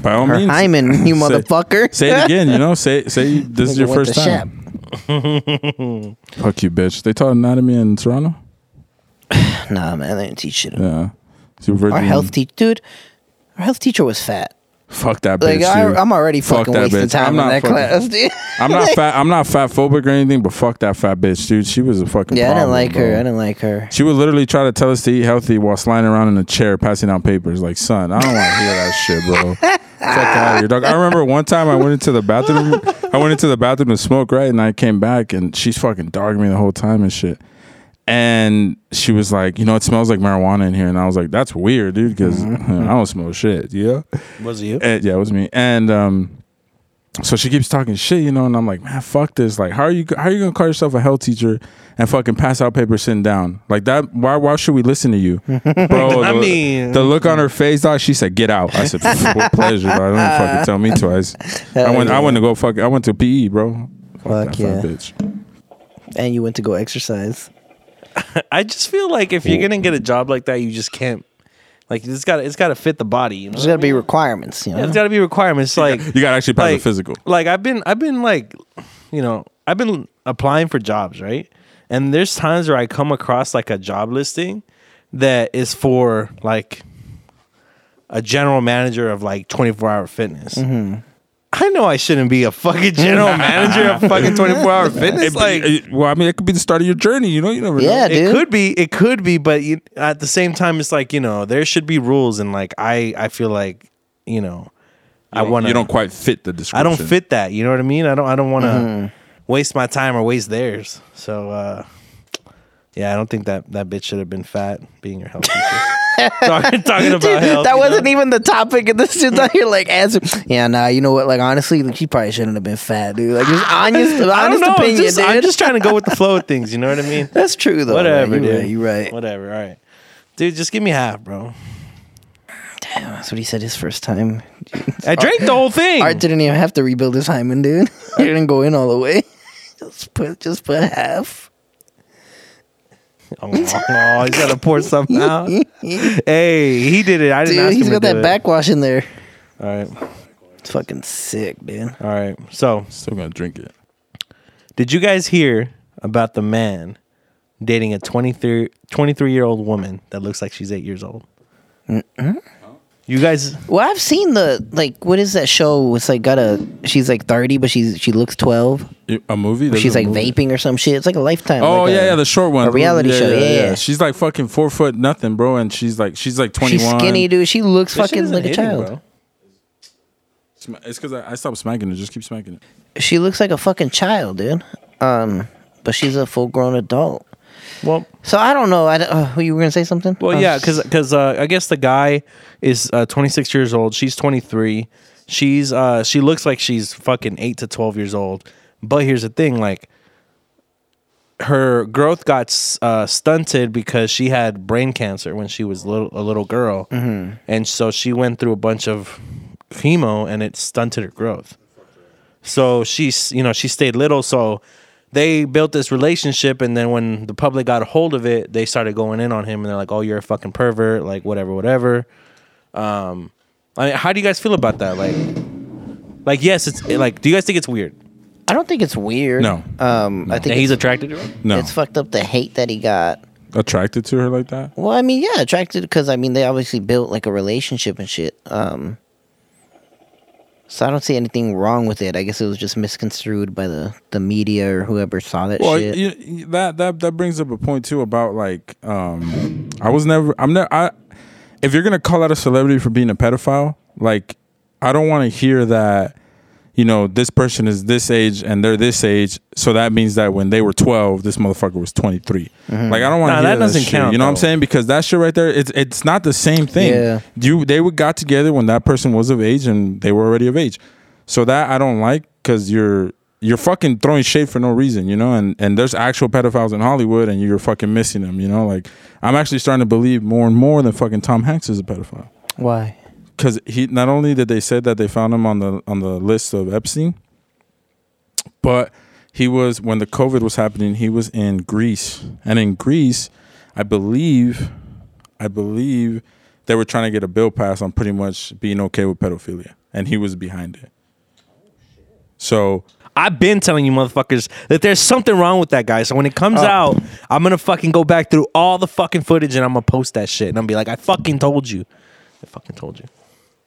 S5: By all
S2: Her
S5: means,
S2: hymen, you
S5: say-
S2: motherfucker.
S5: Say it again, you know. Say say this is
S2: Nigga
S5: your
S2: went
S5: first
S2: to
S5: time. Fuck you, bitch. They taught anatomy in Toronto.
S2: Shep. Nah, man, they didn't teach shit.
S5: Yeah, so
S2: Our
S5: virgin.
S2: health teacher, dude. Our health teacher was fat.
S5: Fuck that bitch.
S2: Like I,
S5: dude.
S2: I'm already
S5: Fuck
S2: fucking
S5: that
S2: wasting
S5: bitch.
S2: time
S5: I'm
S2: in
S5: not
S2: that
S5: fucking-
S2: class, dude.
S5: I'm not fat. I'm not fat phobic or anything, but fuck that fat bitch, dude. She was a fucking.
S2: yeah, I didn't
S5: problem,
S2: like her.
S5: bro.
S2: I didn't like her.
S5: She would literally try to tell us to eat healthy while sliding around in a chair, passing out papers. Like, son, I don't want to hear that shit, bro. Fuck out of here, dog. I remember one time I went into the bathroom. I went into the bathroom to smoke, right, and I came back, and she's fucking dogging me the whole time and shit. And she was like, you know, it smells like marijuana in here, and I was like, that's weird, dude, because I don't smell shit. Yeah.
S3: Was it you?
S5: And- yeah, it was me. And um, so she keeps talking shit, you know, and I'm like, man, fuck this. Like, how are you? How are you gonna call yourself a hell teacher and fucking pass out paper sitting down like that? Why? Why should we listen to you, bro?
S3: I
S5: the,
S3: mean-
S5: the look on her face, dog. She said, "Get out." I said, "With pleasure." Bro. Don't fucking tell me twice. I went. I went to go fuck. I went to PE, bro.
S2: Fuck
S5: that fat
S2: yeah.
S5: bitch.
S2: And you went to go exercise.
S3: I just feel like if you're gonna get a job like that, you just can't Like it's got it's got to fit the body. You know,
S2: There's got to be requirements, you know.
S3: it's got to be requirements. Like
S5: You gotta actually pass
S3: like,
S5: the physical.
S3: Like I've been I've been like, you know, I've been applying for jobs, right? And there's times where I come across like a job listing that is for like a general manager of like 24 hour fitness.
S2: Mm-hmm.
S3: I know I shouldn't be a fucking general manager of fucking 24 hour fitness.
S5: It-
S3: Like
S5: it- well, I mean, it could be the start of your journey. You know, you never
S2: yeah,
S5: know.
S2: dude.
S3: it could be, it could be, but you, at the same time, it's like you know there should be rules, and like I, I feel like you know, I
S5: You don't-
S3: want
S5: You don't quite fit the
S3: I
S5: description.
S3: don't fit that. You know what I mean? I don't. I don't want to
S2: Mm-hmm.
S3: waste my time or waste theirs. So, uh, yeah, I don't think that that bitch should have been fat being your health teacher. talking, talking about
S2: Dude,
S3: health.
S2: that
S3: you
S2: wasn't
S3: know?
S2: even the topic of this. Dude, you're like answer. Yeah, nah. You know what? Like honestly, like, she probably shouldn't have been fat, dude. Like just honest,
S3: I don't
S2: honest
S3: know. I'm
S2: opinion,
S3: just-
S2: dude.
S3: I'm just trying to go with the flow of things. You know what I mean?
S2: That's true though.
S3: Whatever,
S2: man. You're
S3: dude.
S2: Right, you're right.
S3: Whatever. All right, dude. Just give me half, bro.
S2: That's what he said his first time.
S3: I drank the whole thing.
S2: Art didn't even have to rebuild his hymen, dude. he didn't go in all the way. Just put, just put half.
S3: Oh, he's gotta pour something out. hey, he did it. I didn't
S2: Dude,
S3: ask
S2: he's
S3: him
S2: got
S3: to
S2: that
S3: do it.
S2: backwash in there.
S3: All right,
S2: It's fucking sick, dude.
S3: all right. So
S5: Still gonna drink it.
S3: Did you guys hear about the man dating a 23, 23 year old woman that looks like she's eight years old? You guys,
S2: Well, I've seen the like. What is that show? It's like got a. She's like thirty, but she's she looks twelve.
S5: You- A movie? There's
S2: she's
S5: a
S2: like
S5: movie.
S2: vaping or some shit. It's like a lifetime.
S5: Oh
S2: like
S5: yeah,
S2: a-
S5: yeah, the short one,
S2: a reality show. Yeah, yeah.
S5: She's like fucking four foot nothing, bro, and she's like she's like twenty
S2: She's
S5: one.
S2: skinny, dude. She looks
S3: this shit
S2: fucking
S3: isn't
S2: like a
S3: hitting,
S2: child.
S3: bro.
S5: It's because I, I stopped smacking it. Just keep smacking it.
S2: She looks like a fucking child, dude. Um, but she's a full grown adult.
S3: Well,
S2: So I don't know. I don't- uh, you were gonna say something?
S3: well,
S2: I was
S3: yeah,
S2: just-
S3: because uh, I guess the guy is uh, twenty six years old. She's twenty three. She's uh, she looks like she's fucking eight to twelve years old. But here's the thing, like her growth got s- uh, stunted because she had brain cancer when she was little, a little girl, and so she went through a bunch of chemo, and it stunted her growth. So she's, you know, she stayed little. So they built this relationship, and then when the public got a hold of it, they started going in on him, and they're like, "Oh, you're a fucking pervert," like whatever, whatever. Um, I mean, how do you guys feel about that? Like, like yes, it's like, do you guys think it's weird?
S2: I don't think it's weird.
S5: No.
S2: Um, I think
S3: That he's
S2: it's,
S3: attracted to her.
S5: No,
S2: it's fucked up the hate that he got.
S5: attracted to her like that.
S2: Well, I mean, yeah, attracted because I mean they obviously built like a relationship and shit. Um, so I don't see anything wrong with it. I guess it was just misconstrued by the the media or whoever saw that
S5: Well,
S2: shit.
S5: you, you- that that that brings up a point too about like um, I was never I'm never I if you're gonna call out a celebrity for being a pedophile, like I don't want to hear that you know this person is this age and they're this age, so that means that when they were 12, this motherfucker was 23.
S2: Mm-hmm.
S5: Like I don't want to
S3: Nah,
S5: hear
S3: that doesn't
S5: shit,
S3: count,
S5: You know what I'm
S3: though.
S5: saying? Because that shit right there, it's it's not the same thing.
S2: Yeah.
S5: You they would got together when that person was of age and they were already of age. So that I don't like because you're you're fucking throwing shade for no reason, you know. And and there's actual pedophiles in Hollywood, and you're fucking missing them, you know. Like I'm actually starting to believe more and more that fucking Tom Hanks is a pedophile
S2: Why?
S5: because he not only did they say that they found him on the on the list of Epstein, but he was when the COVID was happening, he was in Greece, and in Greece, I believe, I believe they were trying to get a bill passed on pretty much being okay with pedophilia, and he was behind it. So
S3: I've been telling you motherfuckers that there's something wrong with that guy. So when it comes out, I'm gonna fucking go back through all the fucking footage and I'm gonna post that shit and I'm gonna be like, I fucking told you. I fucking told you.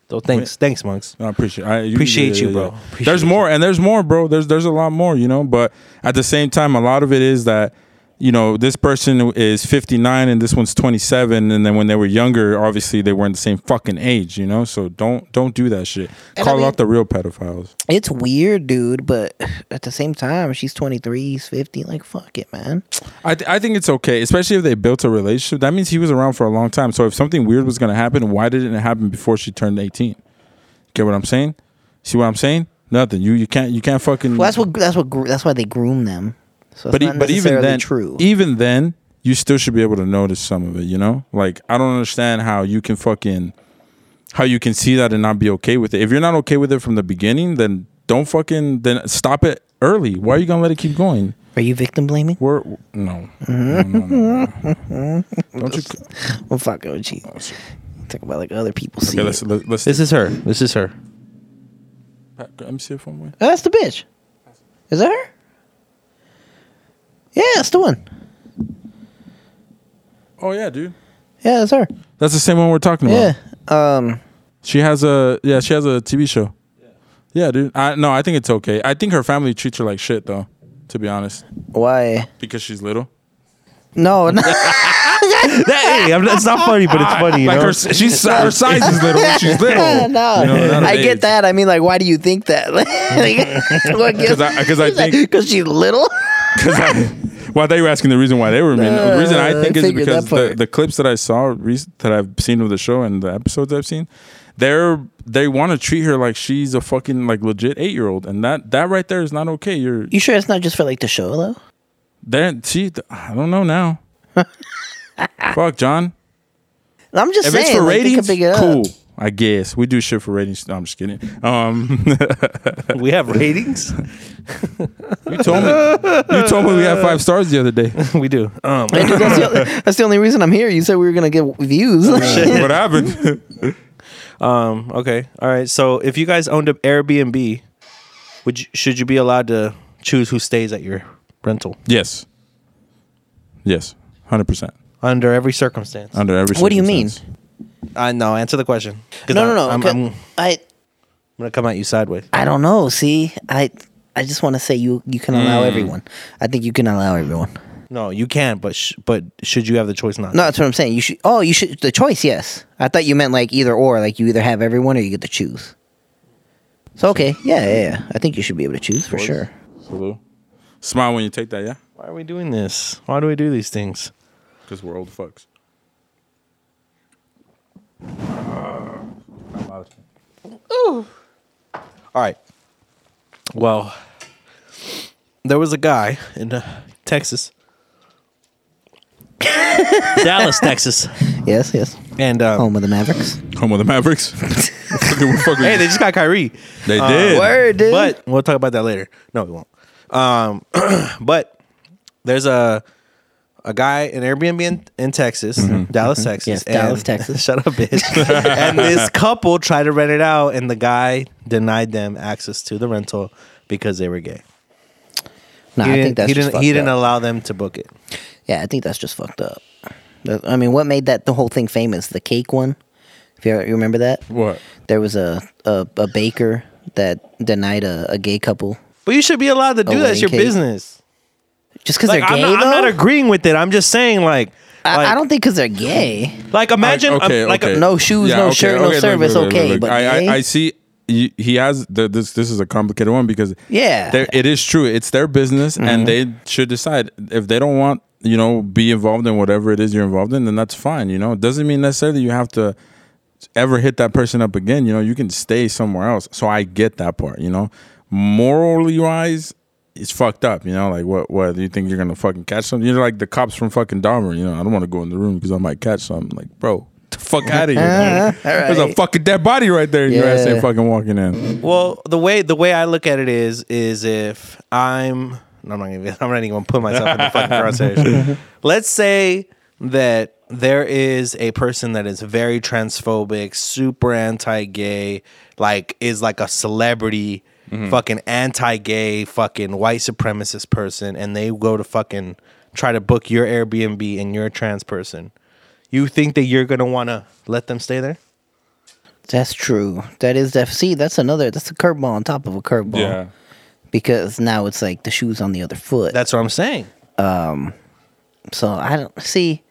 S3: So thanks, thanks, monks.
S5: I appreciate I you-
S3: Appreciate you, bro. Appreciate
S5: there's more, and there's more, bro. There's there's a lot more, you know. But at the same time, a lot of it is that you know this person is 59 and this one's 27, and then when they were younger, obviously they weren't the same fucking age, you know. So don't don't do that shit.
S2: And
S5: Call
S2: I mean-
S5: out the real pedophiles.
S2: It's weird, dude. But at the same time, she's twenty three, he's fifty. Like fuck it, man.
S5: I, th- I think it's okay, especially if they built a relationship. That means he was around for a long time. So if something weird was going to happen, why didn't it happen before she turned 18? Get what I'm saying? See what I'm saying? Nothing. You you can't you can't fucking.
S2: Well, that's what that's what gr- that's why they groom them. So it's
S5: but, e-
S2: not
S5: but even
S2: necessarily
S5: then, e
S2: true.
S5: even then, you still should be able to notice some of it. You know, like I don't understand how you can fucking how you can see that and not be okay with it. If you're not okay with it from the beginning, then don't fucking then stop it early. Why are you gonna let it keep going?
S2: Are you victim blaming?
S5: We're
S2: Mm-hmm.
S5: no, no, no, no, no. don't you?
S2: Well, fuck OG. Talk about like other people see.
S5: Oh, Okay,
S2: it.
S5: let's let's. let's
S3: This is her. This is her.
S5: let me see if I'm.
S2: Oh, that's the bitch. Is that her? Yeah, that's the one.
S5: Oh yeah, dude.
S2: Yeah, that's her.
S5: That's the same one we're talking about.
S2: Yeah. Um.
S5: She has a yeah. She has a TV show. Yeah, dude. I no. I think it's okay. I think her family treats her like shit though. To be honest,
S2: Why?
S5: because she's little.
S2: No. no.
S3: That, hey, I'm, it's not funny, but it's funny. You
S5: like
S3: know?
S5: her, she's her size is little. but She's
S2: no,
S5: little. not
S2: I
S5: of age.
S2: get that. I mean, like, why do you think that? Because
S5: 'Cause I- 'cause I think-
S2: because she's little.
S5: Because I, well, they were asking the reason why they were mean. the reason I
S2: Uh,
S5: think
S2: I
S5: is
S2: figured
S5: because
S2: that
S5: the,
S2: part.
S5: the clips that I saw rec- that I've seen of the show and the episodes I've seen, they're they want to treat her like she's a fucking like legit eight year old, and that that right there is not okay. You're
S2: You sure it's not just for like the show though?
S5: there. She, I don't know now. Fuck, John.
S2: I'm just
S5: If
S2: saying.
S5: it's for
S2: like, they
S5: ratings,
S2: could pick it up.
S5: cool. I guess we do shit for ratings. No, I'm just kidding. Um,
S3: we have ratings.
S5: you told me you told me we had five stars the other day.
S3: we do. Um,
S2: Hey, dude, that's, the only, that's the only reason I'm here. You said we were gonna get views.
S5: what happened?
S3: um, okay. All right. So if you guys owned up Airbnb, would you, should you be allowed to choose who stays at your rental
S5: yes, yes, hundred percent.
S3: under every circumstance?
S5: Under every.
S2: What do you mean?
S5: circumstance.
S3: Um, I know. Answer the question. 'Cause
S2: no,
S3: I'm-
S2: no, no.
S3: I'm,
S2: okay.
S3: I'm, I'm
S2: I
S3: gonna come at you sideways.
S2: I don't know. See, I I just want to say you you can allow
S3: Mm.
S2: everyone. I think you can allow everyone.
S3: No, you can, but sh- but should you have the choice not?
S2: No, that's what I'm saying. You should. Oh, you should. The choice, yes. I thought you meant like either or. Like you either have everyone or you get to choose. So okay, yeah, yeah. yeah. I think you should be able to choose for sure.
S5: Salute. Smile when you take that, yeah,
S3: Why are we doing this? Why do we do these things?
S5: because we're old fucks.
S3: All right. Well, there was a guy in uh, Texas, Dallas, Texas,
S2: Yes, yes.
S3: and um,
S2: Home of the Mavericks.
S5: Home of the Mavericks. Fucking- we're fucking-
S3: hey, they just got Kyrie. Um,
S5: they did.
S2: Oh, uh, Word, dude.
S3: But we'll talk about that later. No, we won't. Um, but there's a a guy in Airbnb in, in Texas, Dallas, Texas.
S2: Yes, Dallas, Texas.
S3: Shut up, bitch. and this couple tried to rent it out, and the guy denied them access to the rental because they were gay. he
S2: no, I
S3: didn't,
S2: think that's
S3: he
S2: just
S3: didn't, he
S2: fucked
S3: didn't
S2: up.
S3: allow them to book it.
S2: Yeah, I think that's just fucked up. That- I mean, what made that the whole thing famous? The cake one. If you, you remember that,
S5: What?
S2: there was a a, a baker that denied a, a gay couple
S3: But you should be allowed to do that. It's
S2: wedding
S3: your
S2: cake.
S3: business.
S2: just because
S3: Like,
S2: they're
S3: I'm,
S2: gay.
S3: not,
S2: though?
S3: I'm not agreeing with it. I'm just saying, like,
S2: I,
S3: like-
S2: I don't think because they're gay.
S3: like imagine, um,
S5: Like, okay,
S3: like,
S5: okay.
S2: um, no shoes, no shirt, no
S5: look,
S2: service,
S5: look, look,
S2: okay,
S5: look.
S2: but
S5: I,
S2: gay?
S5: I, I see. you- He has the, this. This is a complicated one because
S2: Yeah. Mm-hmm.
S5: there- it is true. It's their business, and they should decide if they don't want you know be involved in whatever it is you're involved in. Then that's fine. You know, it doesn't mean necessarily you have to ever hit that person up again. You know, you can stay somewhere else. So I get that part. You know, morally wise. It's fucked up, you know. Like, what? What do you think you're gonna fucking catch something? You're like the cops from fucking Dahmer, you know. I don't want to go in the room because I might catch something. Like, bro, the fuck out of here. man. There's a fucking dead body right there. and Your ass ain't
S2: Yeah.
S5: fucking walking in.
S3: Well, the way the way I look at it is is if I'm no, I'm not even I'm not even gonna put myself in the fucking crosshairs. Let's say that there is a person that is very transphobic, super anti-gay, like is like a celebrity, fucking anti-gay, fucking white supremacist person, and they go to fucking try to book your Airbnb and you're a trans person. You think that you're gonna wanna let them stay there?
S2: That's true. That is def. See, that's another. That's a curveball on top of a curveball. Because now it's like the shoes on the other foot.
S3: That's what I'm saying.
S2: so I don't see.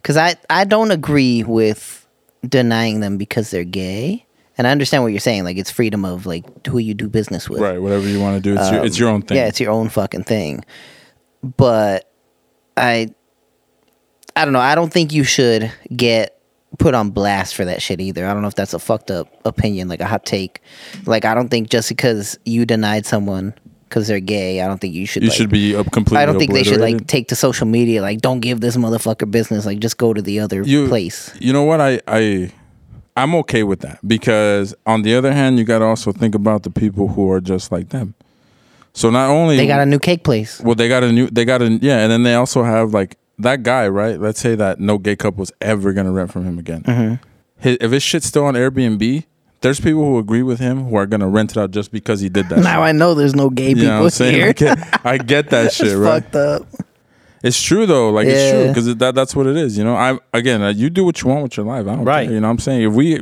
S2: Because I I don't agree with denying them because they're gay. And I understand what you're saying. Like it's freedom of like who you do business with.
S5: Right. Whatever you want to do, it's, your, it's your own thing.
S2: Um, Yeah, it's your own fucking thing. But I I don't know. I don't think you should get put on blast for that shit either. I don't know if that's a fucked up opinion, like a hot take. Like I don't think just because you denied someone because they're gay, I don't think you should.
S5: you
S2: like-
S5: should be up completely.
S2: I don't think they should like
S5: obliterated.
S2: take to social media. Like, don't give this motherfucker business. Like, just go to the other place.
S5: You know what? I I I'm okay with that because on the other hand, you got to also think about the people who are just like them. So not only
S2: They got a new cake place.
S5: well, they got a new they got a yeah, and then they
S2: Mm-hmm.
S5: also have like that guy right. Let's say that no gay couple is ever gonna rent from him again. hi- if his shit's still on Airbnb, there's people who agree with him who are gonna rent it out just because he did that.
S2: Now
S5: shit.
S2: I know there's no gay
S5: You know what
S2: people
S5: I'm saying? I
S2: here.
S5: get, I get that
S2: It's
S5: shit, right?
S2: fucked up.
S5: It's true though, like it's true
S2: Yeah.
S5: because that that's what it is. You know, I again, uh, you do what you want with your life. I don't
S3: Right.
S5: care, you know, what I'm saying if we,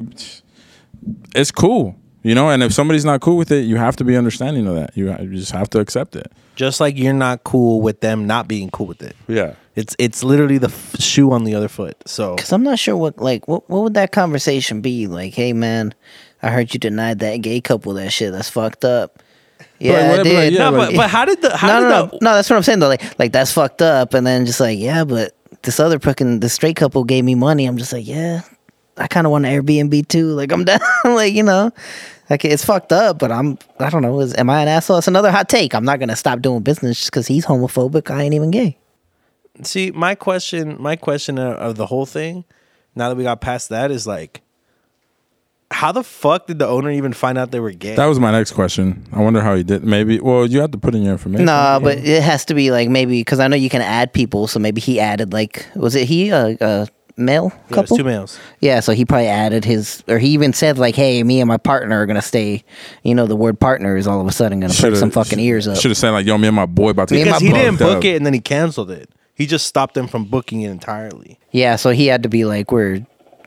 S5: it's cool. You know, and if somebody's not cool with it, you have to be understanding of that. You, you just have to accept it.
S3: Just like you're not cool with them not being cool with it.
S5: Yeah.
S3: It's it's literally the f- shoe on the other foot. So
S2: Cause I'm not sure what like what what would that conversation be like? Hey man, I heard you denied that gay couple that shit. That's fucked up. Yeah,
S5: what-
S2: I
S5: but,
S2: did.
S5: like, yeah,
S3: no,
S5: like-
S3: but, but how did the how
S2: no,
S3: did
S2: no,
S3: the,
S2: no, no. That's what I'm saying though. Like, like that's fucked up. And then just like, yeah, but this other fucking the straight couple gave me money. I'm just like, yeah, I kind of want an Airbnb too. Like I'm down. like you know, like it's fucked up. But I'm, I don't know. Is am I an asshole? It's another hot take. I'm not gonna stop doing business just because he's homophobic. I ain't even gay.
S3: see my question my question of, of the whole thing now that we got past that is like how the fuck did the owner even find out they were gay
S5: That was my next question. I wonder how he did. Maybe. Well, you have to put in your information.
S2: No, but it has to be like maybe because I know you can add people. So maybe he added like, was it he a, a male
S3: Yeah, it was
S2: couple?
S3: two males
S2: Yeah, so he probably added his, or he even said like, "Hey, me and my partner are gonna stay." You know, the word "partner" is all of a sudden gonna put some fucking ears up.
S5: Should have said like, "Yo, me and my boy about to."
S2: Me and
S3: because
S2: my
S3: he didn't
S5: fucked up.
S3: book it and then he canceled it he just stopped them from booking it entirely
S2: Yeah, so he had to be like, "We're."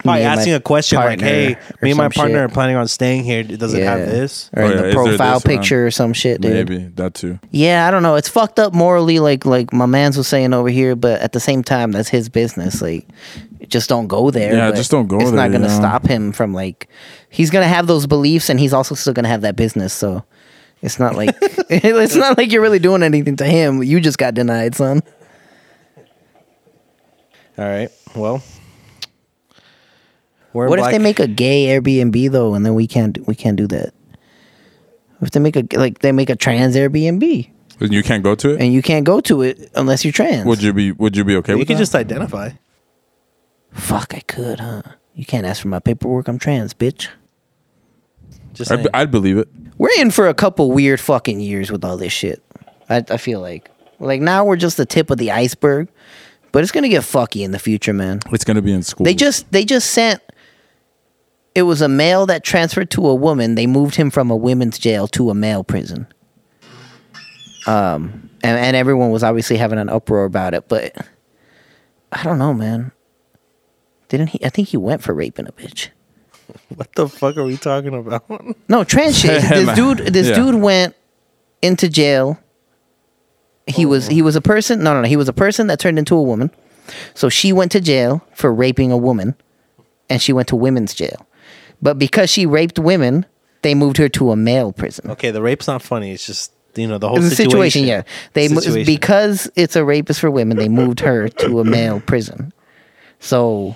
S3: by
S2: me and my
S3: asking a question like
S2: partner,"
S3: hey
S2: or
S3: me and my
S2: some
S3: partner are
S2: shit.
S3: planning on staying here does it
S2: Yeah.
S3: have this
S2: or
S5: Oh,
S2: in
S5: yeah,
S2: the
S5: is there
S2: profile
S5: this one?
S2: picture or some shit, dude.
S5: Maybe that too.
S2: Yeah, I don't know. It's fucked up morally, like like my man's was saying over here, but at the same time, that's his business. Like, just don't go there.
S5: Yeah,
S2: but
S5: just don't go
S2: It's
S5: there,
S2: not gonna
S5: yeah.
S2: stop him from like, he's gonna have those beliefs, and he's also still gonna have that business. So, it's not like it's not like you're really doing anything to him. You just got denied, son.
S3: all right well we're
S2: What if
S3: black-
S2: they make a gay Airbnb though, and then we can't we can't do that? If they make a like they make a trans Airbnb,
S5: And You can't go to it.
S2: and you can't go to it unless you're trans.
S5: Would you be? Would you be okay
S3: you
S5: with
S3: can
S5: that?
S3: just identify
S2: Fuck, I could, huh? You can't ask for my paperwork. I'm trans, bitch.
S3: just
S5: I'd,
S3: saying.
S5: be- I'd believe it.
S2: We're in for a couple weird fucking years with all this shit. I, I feel like like now we're just the tip of the iceberg, but it's gonna get fucky in the future, man.
S5: It's gonna be in school.
S2: They just they just sent. It was a male that transferred to a woman. They moved him from a women's jail to a male prison. Um, and, and everyone was obviously having an uproar about it, but I don't know, man. Didn't he? I think he went for raping a bitch.
S3: what the fuck are we talking about
S2: No, trans shit. this
S5: Man.
S2: dude, this
S5: Yeah.
S2: dude went into jail. He was he was a person. No, no, no. He was a person that turned into a woman. So she went to jail for raping a woman, and she went to women's jail. But because she raped women, they moved her to a male prison.
S3: okay the rape's not funny it's just you know the whole
S2: It's a situation,
S3: situation
S2: yeah. They mo-
S3: Situation.
S2: because it's a rapist for women, they moved her to a male prison. So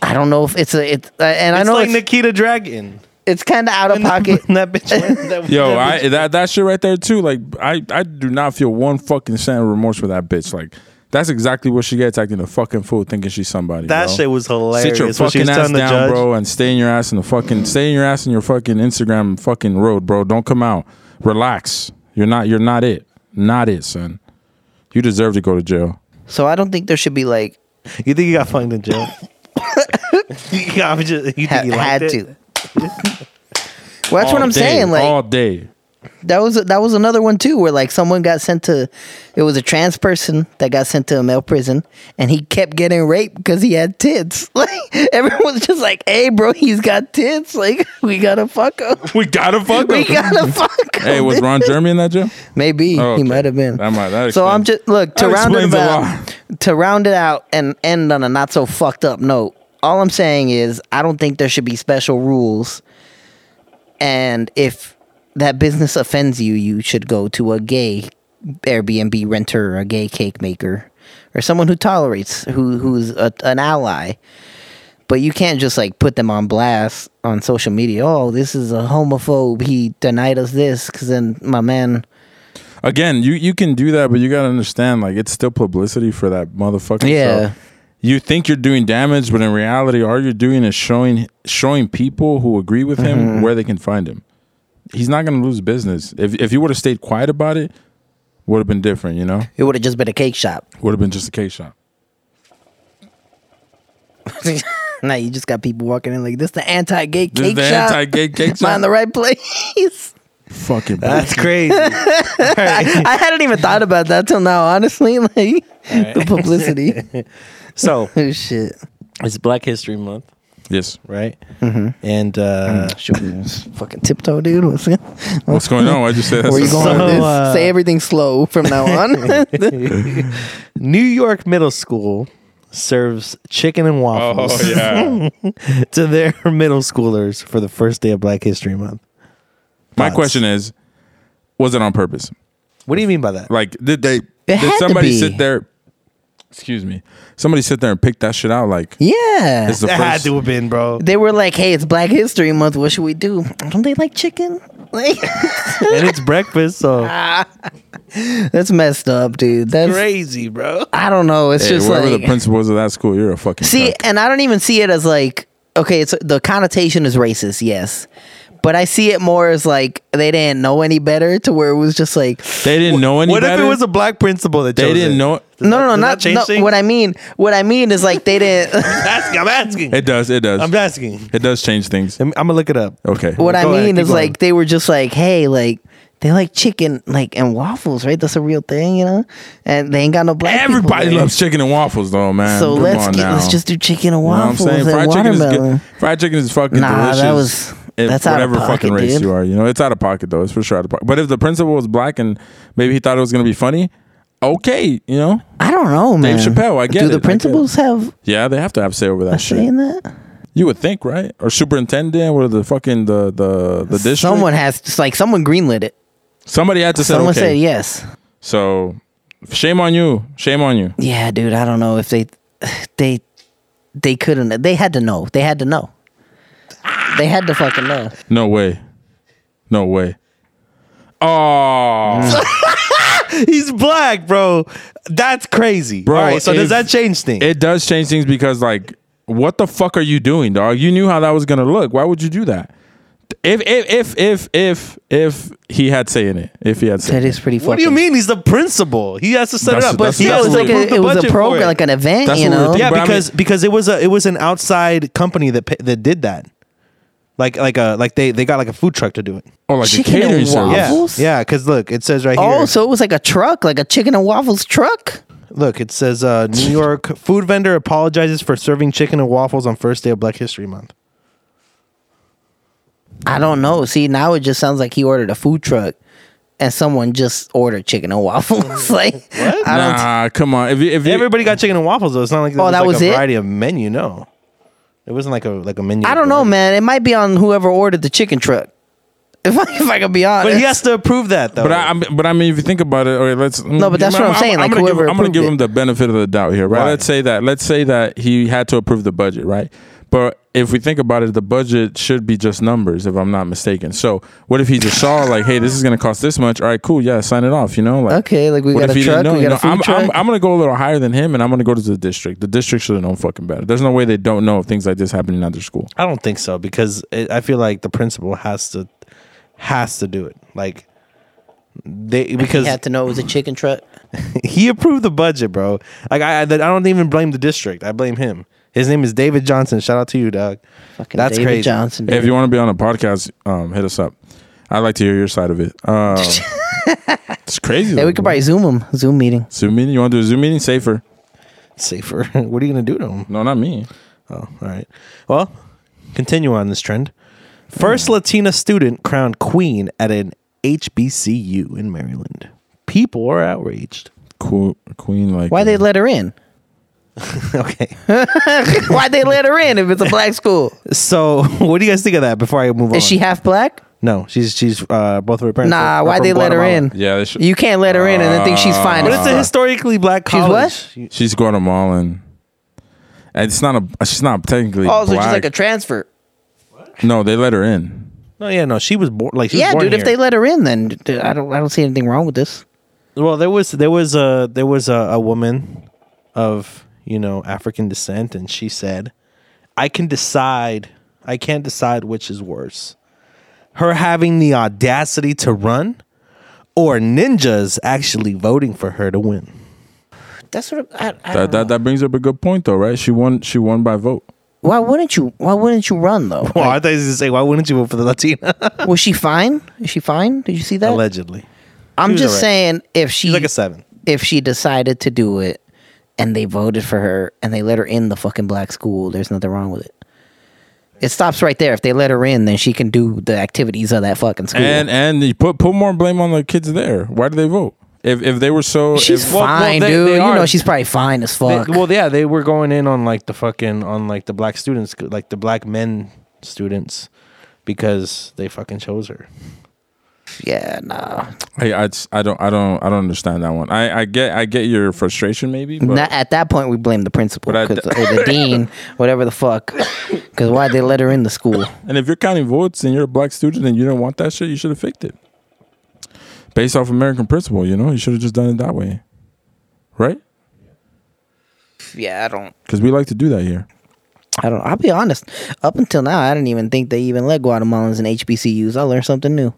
S2: I don't know if it's a it, uh, and I
S3: it's
S2: know
S3: like
S2: it's,
S3: Nikita Dragon.
S2: it's kind of out of pocket.
S3: When that bitch. went- that-
S5: Yo,
S3: that
S5: I that that shit right there too. Like, I I do not feel one fucking cent of remorse for that bitch. Like, that's exactly what she gets acting a fucking fool, thinking she's somebody.
S3: That
S5: bro.
S3: shit was hilarious.
S5: Sit your
S3: What she was
S5: fucking ass
S3: telling the
S5: down,
S3: judge.
S5: bro, and stay in your ass in the fucking stay in your ass in your fucking Instagram fucking road, bro. Don't come out. Relax. You're not. You're not it. Not it, son. You deserve to go to jail.
S2: So I don't think there should be like
S3: bitch- you think he got fucked in jail? you got- you think
S2: ha-
S3: he liked
S2: had
S3: it?
S2: to. well, that's what
S5: All
S2: I'm
S5: day,
S2: saying. Like
S5: all day.
S2: that was that was another one too, where like someone got sent to. It was a trans person that got sent to a male prison, and he kept getting raped because he had tits. Like everyone was just like, "Hey, bro, he's got tits. Like we gotta fuck him.
S5: We gotta fuck
S2: We
S5: him.
S2: gotta fuck him."
S5: Hey, was Ron Jeremy in that jail?
S2: Maybe
S5: Oh,
S2: he
S5: okay.
S2: might have been.
S5: That might- that
S2: so I'm
S5: explains-
S2: just look to
S5: that
S2: round it
S5: explains a
S2: about
S5: lot.
S2: to round it out and end on a not so fucked up note. All I'm saying is I don't think there should be special rules. And if that business offends you, you should go to a gay Airbnb renter or a gay cake maker or someone who tolerates who who's a, an ally. But you can't just like put them on blast on social media. Oh, this is a homophobe. He denied us this because then my man
S5: Again, you you can do that, but you gotta understand, like it's still publicity for that motherfucker. So
S2: Yeah.
S5: you think you're doing damage, but in reality, all you're doing is showing showing people who agree with him
S2: Mm-hmm.
S5: where they can find him. He's not gonna lose business. If if you would have stayed quiet about it, would have been different. You know,
S2: It would have just been a cake shop.
S5: would have been just a case shot.
S2: Now you just got people walking in like this. The anti-gay
S5: This is
S2: cake
S5: the
S2: shop.
S5: anti-gay cake
S2: Am I
S5: shop?
S2: in the right place?
S5: Fucking
S3: That's crazy.
S2: I hadn't even thought about that till now. Honestly, like the publicity.
S3: so
S2: oh shit.
S3: it's Black History Month,
S5: yes.
S3: right?
S2: Mm-hmm.
S3: And uh,
S2: Should we just fucking tiptoe, dude? What's,
S5: What's going on? I just said
S2: Where you
S5: that's
S2: going
S3: So,
S2: with this?
S3: uh,
S2: Say everything slow from now on.
S3: New York Middle School serves chicken and
S5: Oh
S3: waffles
S5: yeah.
S3: to their middle schoolers for the first day of Black History Month.
S5: My
S3: Thoughts?
S5: question is, was it on purpose?
S3: What do you mean by that?
S5: Like, did they?
S2: had
S5: did
S2: to
S5: somebody
S2: be.
S5: sit there? Excuse me. Somebody sit there and pick that shit out. Like,
S2: yeah.
S5: it's the
S3: That had
S5: first.
S3: to have been, bro.
S2: They were like, "Hey, it's Black History Month. What should we do? Don't they like chicken? Like,
S3: and it's breakfast, so
S2: that's messed up, dude. That's
S3: crazy, bro.
S2: I don't know. It's
S5: Hey,
S2: just
S5: whoever
S2: like
S5: the principals of that school, you're a fucking.
S2: see,
S5: cuck.
S2: and I don't even see it as like okay. It's the connotation is racist, yes, but I see it more as like they didn't know any better to where it was just like
S5: they didn't know any
S3: what
S5: better.
S3: if it was a black principal that
S5: they
S3: chose
S5: didn't
S3: it?
S5: know.
S2: no,
S3: does
S2: no, no,
S3: that
S2: not
S3: change
S2: no,
S3: things?
S2: what I mean. What I mean is like they didn't.
S3: Asking, I'm asking.
S5: It does. It does.
S3: I'm asking.
S5: It does change things.
S3: I'm, I'm gonna look it up.
S5: Okay.
S2: what I
S3: Go
S2: mean
S3: ahead, keep
S2: is
S3: going.
S2: like they were just like, hey, like they like chicken, like and waffles, right? That's a real thing, you know. And they ain't got no black. people
S5: Everybody
S2: there.
S5: loves chicken and waffles, though, man.
S2: So
S5: Come
S2: let's
S5: on
S2: get,
S5: now.
S2: let's just do chicken and
S5: You know what I'm
S2: waffles
S5: saying?
S2: and
S5: Fried chicken is
S2: watermelon.
S5: good. Fried chicken is fucking
S2: Nah,
S5: delicious.
S2: that was-
S5: If
S2: that's out of
S5: whatever
S2: pocket,
S5: fucking race
S2: dude.
S5: you are, you know it's out of pocket though. It's for sure out of pocket. But if the principal was black and maybe he thought it was gonna be funny, okay, you know,
S2: I don't know, man.
S5: Dave Chappelle, I get
S2: do
S5: it, I
S2: the
S5: get it.
S2: principals have
S5: yeah, they have to have say over that
S2: a
S5: shit.
S2: say in that?
S5: You would think, right? Or superintendent, or the fucking the the the district.
S2: Someone has. It's like someone greenlit it.
S5: somebody had to say
S2: Someone
S5: okay.
S2: said yes.
S5: So shame on you, shame on you.
S2: Yeah, dude. I don't know if they, they, they couldn't. They had to know. They had to know. They had to fucking know.
S5: No way, no way.
S2: Mm.
S5: Oh,
S3: He's black, bro. That's crazy.
S5: Bro,
S3: All right, so
S5: if-
S3: does that change things?
S5: it does change things because like what the fuck are you doing dog you knew how that was gonna look why would you do that if if if if if, if he had say in it if he had say
S2: That
S5: in it.
S2: is pretty. Fucking
S3: what do you mean? He's the principal. He has to set
S5: That's-
S3: it up. But
S5: that's-
S3: he
S2: Yeah, it
S3: has
S5: that's
S2: was
S3: to
S5: what
S2: like
S5: we-
S3: approve
S2: a,
S3: the
S2: it was a
S3: budget for
S2: program,
S3: it.
S2: like an event,
S5: That's
S2: you
S5: what we were
S2: know.
S5: thinking.
S3: Yeah,
S5: But I mean-
S3: because because it was a it was an outside company that pa- that did that. Like like a like they they got like a food truck to do it.
S5: oh like
S2: Chicken
S5: a catering
S2: and
S5: service
S3: Yeah,
S2: Waffles?
S3: yeah. Because look, it says right here.
S2: Oh, so it was like a truck, like a chicken and waffles truck.
S3: look, it says uh, New York food vendor apologizes for serving chicken and waffles on first day of Black History Month.
S2: I don't know. See, now it just sounds like he ordered a food truck, and someone just ordered chicken and waffles. like, I don't.
S5: nah come on if you, if you,
S3: Everybody got chicken and waffles though. It's not like there
S2: Oh,
S3: was
S2: that
S3: like
S2: was
S3: a
S2: it?
S3: variety of menu. No, it wasn't like a like a menu.
S2: I don't know, man. It might be on whoever ordered the chicken truck. If I, if I can be honest,
S3: But he has to approve that though.
S5: but I, I'm- but I mean, if you think about it, okay, let's. No,
S2: but that's what I'm saying, like,
S5: I'm gonna, give,
S2: whoever
S5: I'm gonna
S2: approved
S5: give
S2: it.
S5: him the benefit of the doubt here, right?
S3: Right.
S5: Let's say that. Let's say that he had to approve the budget, right? But if we think about it, the budget should be just numbers, if I'm not mistaken. So what if he just saw like, hey, this is gonna cost this much? All right, cool, yeah, sign it off. You know, like
S2: Okay, like, we
S5: what
S2: got
S5: if
S2: a
S5: he didn't
S2: truck, we
S5: you
S2: got a
S5: know? I'm,
S2: food
S5: I'm,
S2: truck.
S5: I'm gonna go a little higher than him, and I'm gonna go to the district. The district should have known fucking better. There's no way they don't know if things like this happening at their school.
S3: I don't think so because it, I feel like the principal has to has to do it. Like they
S2: he
S3: because
S2: had to know it was a chicken truck.
S3: he approved the budget, bro. Like I, I, I don't even blame the district. I blame him. His name is David Johnson. Shout out to you, dog.
S2: Fucking David Johnson.
S5: Hey, if you want to be on a podcast, um, hit us up. I'd like to hear your side of it. Um, it's crazy.
S2: Hey,
S5: though,
S2: we could
S5: bro.
S2: probably zoom him. Zoom meeting.
S5: Zoom meeting. You want to do a Zoom meeting? Safer.
S3: Safer. what are you gonna do to him?
S5: No, not me.
S3: Oh, all right. Well, continue on this trend.
S2: Mm.
S3: First Latina student crowned queen at an HBCU in Maryland. People are outraged.
S5: Cool. Queen, like.
S2: Why
S5: uh,
S2: they let her in?
S3: okay.
S2: Why they let her in if it's a black school?
S3: So, what do you guys think of that? Before I move on,
S2: Is she half black?
S3: No, she's she's uh, both of her parents.
S2: Nah,
S3: are- are
S2: why
S3: from
S2: they let her
S3: Guatemala.
S2: in?
S5: Yeah, they should-
S2: you can't let her in and then think
S5: Uh,
S2: she's fine.
S3: But
S2: as
S3: it's a
S2: fuck.
S3: historically black
S2: She's what?
S3: college.
S5: She's Guatemalan. And it's not a. She's not technically.
S2: Oh, so she's
S5: black.
S2: like a transfer.
S5: no, they let her in.
S3: No, yeah, no, she was born like she
S2: Yeah,
S3: was born
S2: dude. If they
S3: here.
S2: let her in, then d- I don't. I don't see anything wrong with this.
S3: well, there was there was a there was a, a woman of you know African descent, and she said, "I can decide. I can't decide which is worse: her having the audacity to run, or ninjas actually voting for her to win."
S2: That's what I, I
S5: That,
S2: don't know.
S5: that that brings up a good point though, right? She won. She won by vote.
S2: Why wouldn't you? Why wouldn't you run though?
S3: Well, I thought he was gonna say, why wouldn't you vote for the Latina?
S2: Was she fine? Is she fine? Did you see that?
S3: Allegedly.
S2: I'm
S3: was
S2: just
S3: alright.
S2: saying if she
S3: She's like a seven.
S2: if she decided to do it and they voted for her and they let her in the fucking black school, there's nothing wrong with it. It stops right there. If they let her in, then she can do the activities of that fucking school.
S5: And and you put put more blame on the kids there. Why do they vote? If if they were so
S2: she's
S5: if,
S1: well, well,
S2: fine,
S1: they-
S2: dude.
S1: they
S2: you
S1: are-
S2: know she's probably fine as
S3: They-
S2: fuck.
S3: well, yeah, they were going in on like the fucking on like the black students, like the black men students, because they fucking chose her.
S2: yeah, nah.
S5: I, I just- I don't I don't I don't understand that one. I, I get I get your frustration maybe, but
S2: Not, at that point, we blame the principal
S5: But I-
S2: 'cause- or the dean, whatever the fuck. Because why they let her in the school?
S5: and if you're counting votes and you're a black student and you don't want that shit, you should have faked it. Based off American principle, you know, you should have just done it that way, right?
S2: Yeah, I don't.
S5: Because we like to do that here.
S2: I don't. I'll be honest. Up until now, I didn't even think they even let Guatemalans in HBCUs. I learned something new.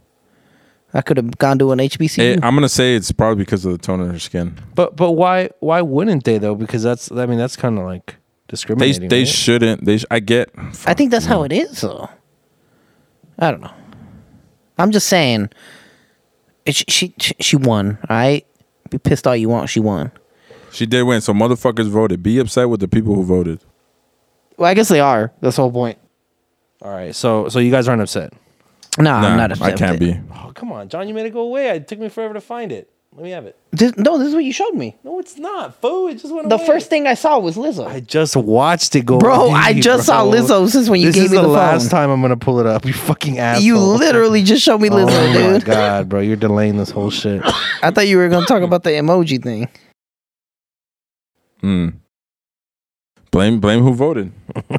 S2: I could have gone to an HBCU.
S5: It- I'm gonna say it's probably because of the tone of her skin.
S3: But but why why wouldn't they though? Because that's I mean that's kind of like
S5: They
S3: discriminating.
S5: they
S3: right?
S5: shouldn't. They sh- I get.
S2: I think that's how it is, though. I don't know. I'm just saying. It, she, she she won. All right. Be pissed all you want. She won.
S5: She did win, so motherfuckers voted. Be upset with the people who voted.
S2: Well, I guess they are. That's the whole point.
S3: All right, so so you guys aren't upset.
S2: No, I'm
S5: Nah,
S2: not. upset
S5: I
S2: with
S5: can't
S2: it.
S5: be.
S3: Oh come on, John, you made it go away. It took me forever to find it. Let me have it.
S2: This, no, this is what you showed me.
S3: No, it's not. Foo, it just went
S2: The
S3: away.
S2: first thing I saw was Lizzo.
S3: I just watched it go.
S2: Bro,
S3: away,
S2: I just saw
S3: bro.
S2: Lizzo since when you
S3: this
S2: gave
S3: is
S2: me
S3: the,
S2: the
S3: last
S2: phone.
S3: time I'm gonna pull it up. You fucking asshole.
S2: you literally just showed me Lizzo,
S3: oh my
S2: dude.
S3: god, bro, you're delaying this whole shit.
S2: I thought you were gonna talk about the emoji thing.
S5: Mm. Blame blame who voted.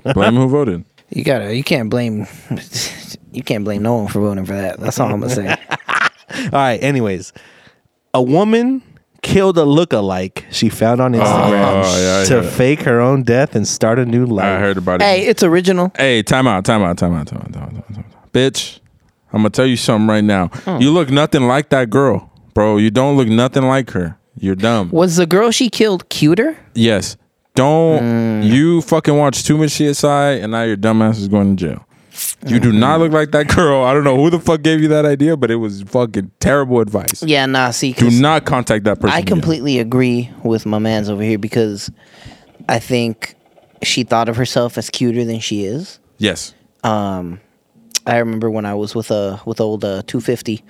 S5: Blame who voted.
S2: You gotta. You can't blame. You can't blame no one for voting for that. That's all I'm gonna say.
S3: All right. Anyways, a woman killed a lookalike she found on Instagram
S5: Oh, yeah, I
S3: to
S5: heard it.
S3: fake her own death and start a new life.
S5: I heard about it.
S2: hey, it's original.
S5: Hey, time out, time out, time out, time out, time out, time out, time out. Bitch, I'm gonna tell you something right now.
S2: Hmm.
S5: You look nothing like that girl, bro. You don't look nothing like her. You're dumb.
S2: Was the girl she killed cuter?
S5: Yes. Don't
S2: Hmm.
S5: you fucking watch too much CSI and now your dumbass is going to jail. You do not look like that girl. I don't know who the fuck gave you that idea, but it was fucking terrible advice.
S2: Yeah, nah. See, 'cause
S5: Do not contact that person.
S2: I
S5: again.
S2: completely agree with my man's over here because I think she thought of herself as cuter than she is.
S5: Yes.
S2: um I remember when I was with uh with old uh 250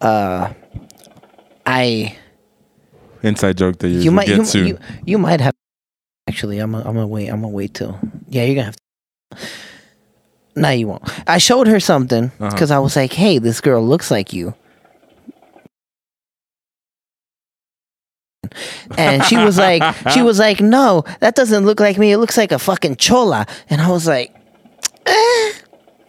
S2: uh I
S5: Inside joke that you,
S2: you might
S5: get
S2: you,
S5: soon.
S2: you, you might have actually I'm i I'm gonna wait I'm gonna wait till yeah you're gonna have to no you won't I showed her something
S5: Uh-huh.
S2: because I was like hey this girl looks like you and she was like she was like no that doesn't look like me it looks like a fucking chola and I was like eh,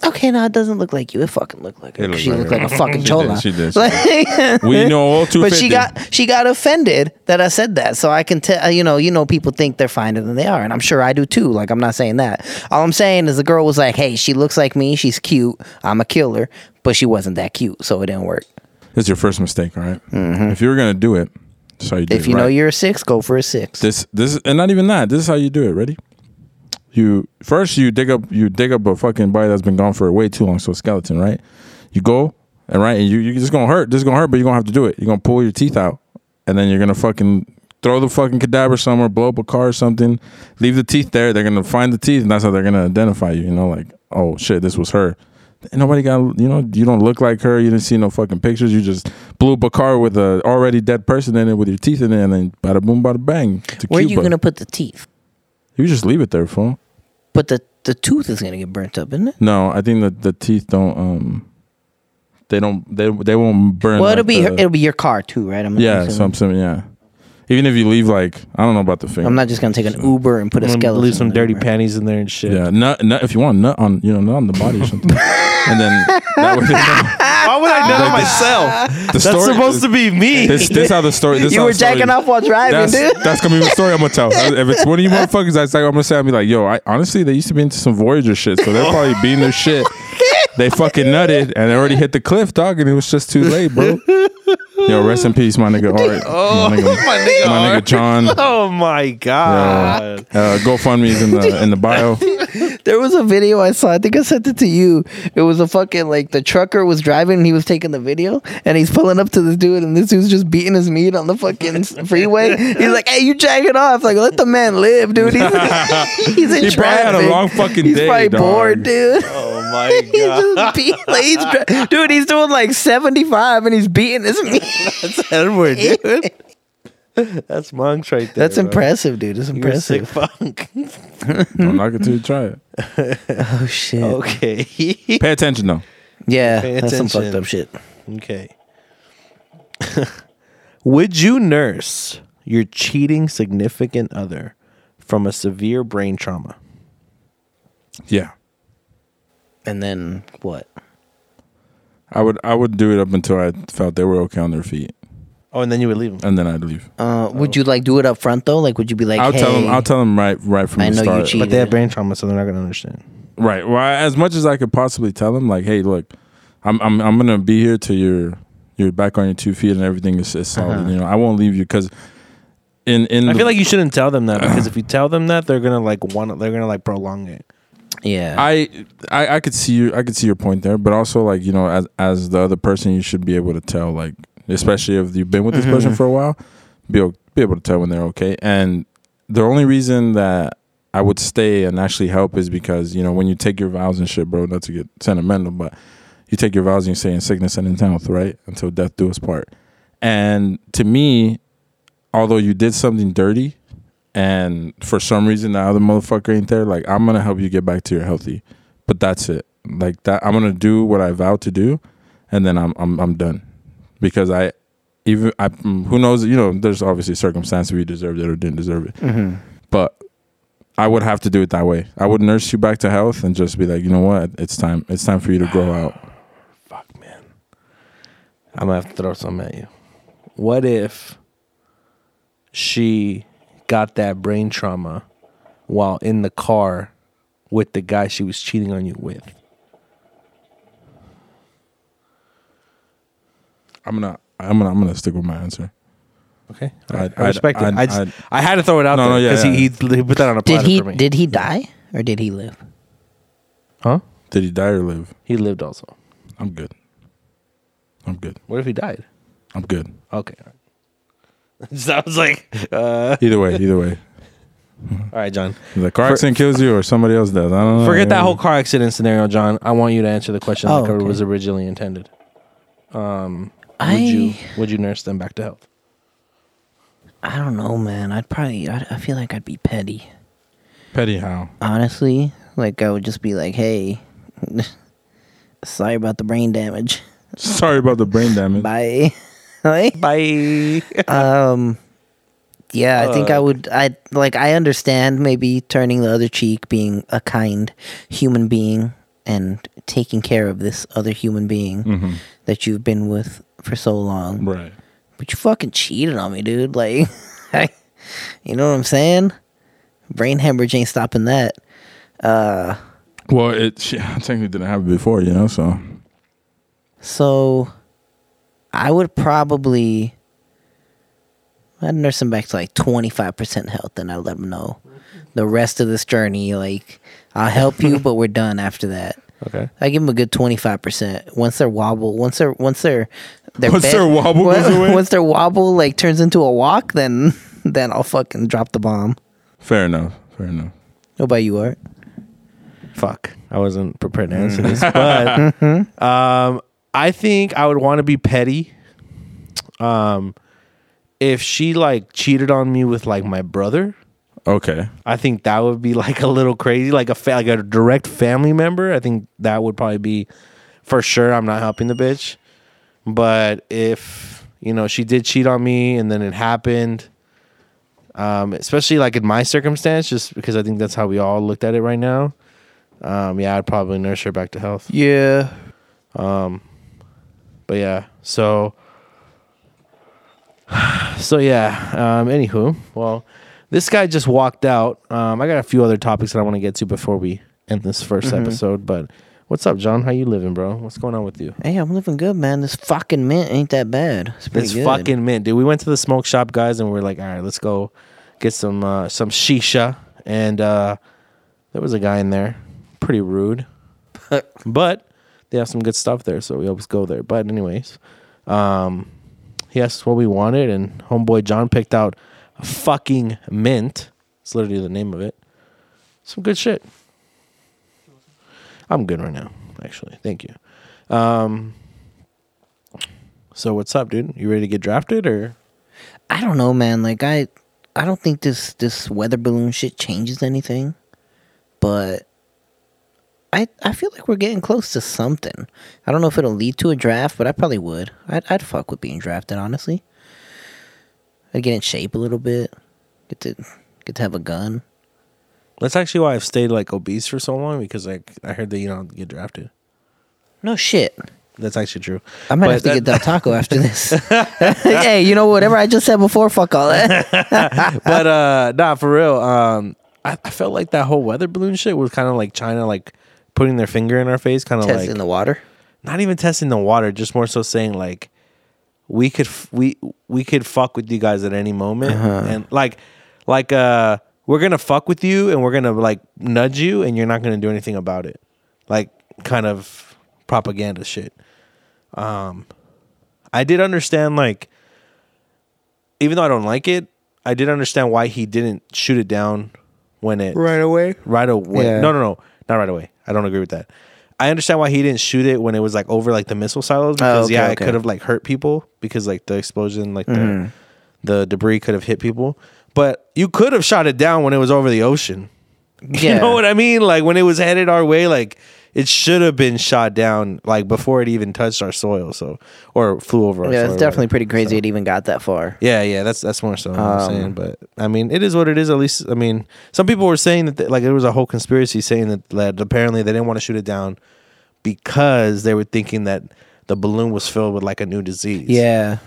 S2: okay no it doesn't look like you it fucking looked like
S5: It
S2: her
S5: looked
S2: 'cause she
S5: like
S2: looked
S5: her.
S2: like a fucking
S5: She did,
S2: chola
S5: she did, she
S2: Like-
S5: we know all too.
S2: but she got she got offended that I said that. So I can tell you know you know people think they're finer than they are, and I'm sure I do too. Like I'm not saying that. All I'm saying is the girl was like, "Hey, she looks like me. She's cute. I'm a killer," but she wasn't that cute, so it didn't work.
S5: That's your first mistake, all right? If you were gonna do it, that's how you do
S2: Mm-hmm. If
S5: it.
S2: you know
S5: right?
S2: you're a six, go for a six.
S5: this this and not even that. This is how you do it. Ready? You first you dig up you dig up a fucking body that's been gone for way too long, so a skeleton, right? You go and right, and you you just gonna hurt. This is gonna hurt, but you're gonna have to do it. You're gonna pull your teeth out, and then you're gonna fucking throw the fucking cadaver somewhere, blow up a car or something. Leave the teeth there. They're gonna find the teeth, and that's how they're gonna identify you. You know, like oh shit, this was her. Ain't Nobody got you know. You don't look like her. You didn't see no fucking pictures. You just blew up a car with a already dead person in it with your teeth in it, and then bada boom, bada bang. to
S2: Where are you
S5: Cuba.
S2: gonna put the teeth?
S5: You just leave it there, fool.
S2: But the the tooth is gonna get burnt up, isn't it?
S5: No, I think that the teeth don't. Um, they don't. They they won't burn.
S2: Well,
S5: like
S2: it'll be
S5: the-
S2: it'll be your car too, right? I'm
S5: yeah,
S2: assuming.
S5: something. Yeah, even if you leave like I don't know about the finger.
S2: I'm not just gonna take an Uber and put a
S3: I'm gonna
S2: skeleton.
S3: leave some
S2: in there,
S3: dirty
S2: right?
S3: panties in there and shit.
S5: Yeah, nut, nut. If you want nut on, you know, nut on the body or something, and then that way they
S3: Why would I know myself?
S5: know. the story.
S3: That's supposed to be me.
S5: This this how the story. This
S2: You
S5: how
S2: were
S5: the story-
S2: jacking off while driving,
S5: That's,
S2: dude.
S5: that's gonna be the story I'm gonna tell. If it's one of you motherfuckers, that's like I'm gonna say, I'm be like, yo, I honestly they used to be into some Voyager shit, so they're probably beating their shit. They fucking nutted and they already hit the cliff, dog, and it was just too late, bro. Yo, rest in peace, my nigga. All right,
S2: Oh,
S5: my nigga, my nigga, John.
S3: oh my god.
S5: Uh, GoFundMe's in the in the bio.
S2: There was a video I saw. I think I sent it to you. It was a fucking like the trucker was driving and he was taking the video and he's pulling up to this dude and this dude's just beating his meat on the fucking freeway. He's like, "Hey, you jacking off? Like, let the man live, dude." He's, he's in
S5: He probably had a
S2: traffic.
S5: long fucking
S2: He's
S5: day,
S2: probably
S5: dog.
S2: bored, dude.
S3: Oh my
S2: He's just beat, like, he's dri- dude, he's doing like 75 and he's beating his meat.
S3: That's Edward, dude. That's monks right there.
S2: That's impressive, dude. It's
S3: You're a sick
S2: impressive.
S3: funk.
S5: Don't knock it till you try it.
S2: Oh shit.
S3: okay.
S5: Pay attention though.
S2: Yeah,
S3: Pay
S2: that's some
S3: attention.
S2: fucked up shit.
S3: okay. Would you nurse your cheating significant other from a severe brain trauma?
S5: Yeah,
S2: And then what?
S5: I would. I would do it up until I felt they were okay on their feet,
S3: Oh, and then you would leave him.
S5: and then I'd leave.
S2: Uh, would you like do it up front though? Like, would you be like,
S5: Oh. I'll
S2: hey,
S5: tell them. I'll tell them right, right from
S2: I
S5: the
S2: know you
S5: start.
S2: cheated.
S3: But they have brain trauma, so they're not going to understand.
S5: Right. Well, I- as much as I could possibly tell them, like, hey, look, I'm I'm I'm gonna be here till you're you're back on your two feet and everything is, is solid.
S2: Uh-huh.
S5: You know, I won't leave you because in in
S3: I
S5: the-
S3: feel like you shouldn't tell them that because if you tell them that, they're gonna like want. They're gonna like prolong it.
S2: yeah,
S5: I, I I could see you I could see your point there, but also like you know as as the other person you should be able to tell like especially if you've been with this person for a while, be o- be able to tell when they're okay. And the only reason that I would stay and actually help is because you know when you take your vows and shit, bro. Not to get sentimental, but you take your vows and you say in sickness and in health, right, until death do us part. And to me, although you did something dirty, and for some reason the other motherfucker ain't there, like I'm gonna help you get back to your healthy. But that's it. Like that I'm gonna do what I vowed to do and then I'm I'm I'm done. Because I even I mm, who knows, you know, there's obviously circumstances where you deserved it or didn't deserve it. But I would have to do it that way. I would nurse you back to health and just be like, you know what, it's time. It's time for you to grow out.
S3: Fuck, man. I'm gonna have to throw something at you. What if she got that brain trauma while in the car with the guy she was cheating on you with?
S5: I'm gonna I'm gonna I'm gonna stick with my answer.
S3: Okay,
S5: I'd-
S3: I respect
S5: I'd-
S3: it. I, just,
S5: I'd-
S3: I had to throw it out
S5: No,
S3: there
S5: no, yeah,
S3: because he, he he put that on a platter
S2: did he
S3: for me.
S2: did he die or did he live?
S3: huh?
S5: Did he die or live?
S3: He lived also.
S5: I'm good. I'm good.
S3: What if he died?
S5: I'm good.
S3: Okay. So I was like, uh,
S5: Either way, either way.
S3: all right, John.
S5: The car accident kills you or somebody else does. I don't know.
S3: Forget that whole car accident scenario, John. I want you to answer the question
S2: Oh,
S3: like it
S2: okay.
S3: was originally intended.
S2: I
S3: Would you would you nurse them back to health?
S2: I don't know, man. I'd probably I'd, I feel like I'd be petty,
S5: petty how.
S2: honestly. Like I would just be like, hey, sorry about the brain damage.
S5: Sorry about the brain damage.
S2: Bye. like,
S3: Bye.
S2: um, yeah, I think I would. I like I understand maybe turning the other cheek, being a kind human being, and taking care of this other human being.
S5: Mhm.
S2: that you've been with for so long.
S5: Right.
S2: But you fucking cheated on me, dude. Like, I, you know what I'm saying? Brain hemorrhage ain't stopping that. Uh,
S5: Well, it she, I technically didn't have it before, you know. So
S2: so I would probably I'd nurse him back to like 25% health, and I'd let him know the rest of this journey. Like, I'll help you, but we're done after that.
S3: Okay.
S2: I give them a good twenty five percent. Once their wobble, once their once their their
S5: Once their wobble
S2: once,
S5: goes away?
S2: once their wobble like turns into a walk, then then I'll fucking drop the bomb.
S5: fair enough. Fair enough.
S2: What about you, Art?
S3: Fuck. I wasn't prepared to answer this, but um, I think I would want to be petty. Um, if she like cheated on me with like my brother,
S5: Okay.
S3: I think that would be like a little crazy, like a fa- like a direct family member. I think that would probably be for sure. I'm not helping the bitch, but if you know she did cheat on me and then it happened, um, especially like in my circumstance, just because I think that's how we all looked at it right now. Um, yeah, I'd probably nurse her back to health.
S2: Yeah,
S3: But yeah, so so yeah. Um, anywho, well, this guy just walked out. Um, I got a few other topics that I want to get to before we end this 1st episode. But what's up, John? How you living, bro? What's going on with you?
S2: hey, I'm living good, man. This fucking mint ain't that bad. It's pretty
S3: It's
S2: good.
S3: fucking mint, dude. We went to the smoke shop, guys, and we were like, all right, let's go get some uh, some shisha. And uh, there was a guy in there pretty rude. but they have some good stuff there, so we always go there. But anyways, um, he asked us what we wanted, and homeboy John picked out fucking mint. It's literally the name of it. Some good shit. I'm good right now, actually. Thank you. Um, so what's up, dude? You ready to get drafted or?
S2: I don't know, man. Like I, I don't think this this weather balloon shit changes anything, but I I feel like we're getting close to something. I don't know if it'll lead to a draft, but I probably would. I'd I'd fuck with being drafted, honestly. I'd get in shape a little bit. Get to get to have a gun.
S3: That's actually why I've stayed like obese for so long because like I heard that you don't get drafted.
S2: No shit.
S3: That's actually true.
S2: I might
S3: But
S2: have to
S3: that-
S2: get Del Taco after this. hey, you know whatever I just said before, fuck all that.
S3: but uh nah for real um I, I felt like that whole weather balloon shit was kind of like china like putting their finger in our face kind of
S2: Test
S3: like
S2: in the water.
S3: not even testing the water just more so saying like we could f- we we could fuck with you guys at any moment and like like uh we're gonna fuck with you and we're gonna like nudge you and you're not gonna do anything about it like kind of propaganda shit um i did understand like even though i don't like it i did understand why he didn't shoot it down when it
S2: away.
S3: right away.
S2: Yeah.
S3: No, no, no, not right away. I don't agree with that. I understand why he didn't shoot it when it was like over like the missile silos because
S2: Oh, okay,
S3: yeah, it
S2: okay. Mm-hmm.
S3: could have like hurt people because like the explosion, like the the debris could have hit people. But you could have shot it down when it was over the ocean.
S2: Yeah.
S3: You know what I mean? Like when it was headed our way, like it should have been shot down like before it even touched our soil, so or flew over. Our
S2: yeah,
S3: soil,
S2: it's
S3: rather.
S2: definitely pretty crazy it even got that far.
S3: Yeah, yeah, that's that's more so what
S2: Um,
S3: I'm saying. But I mean, it is what it is. At least I mean, some people were saying that like there was a whole conspiracy saying that, that apparently they didn't want to shoot it down because they were thinking that the balloon was filled with like a new disease.
S2: Yeah.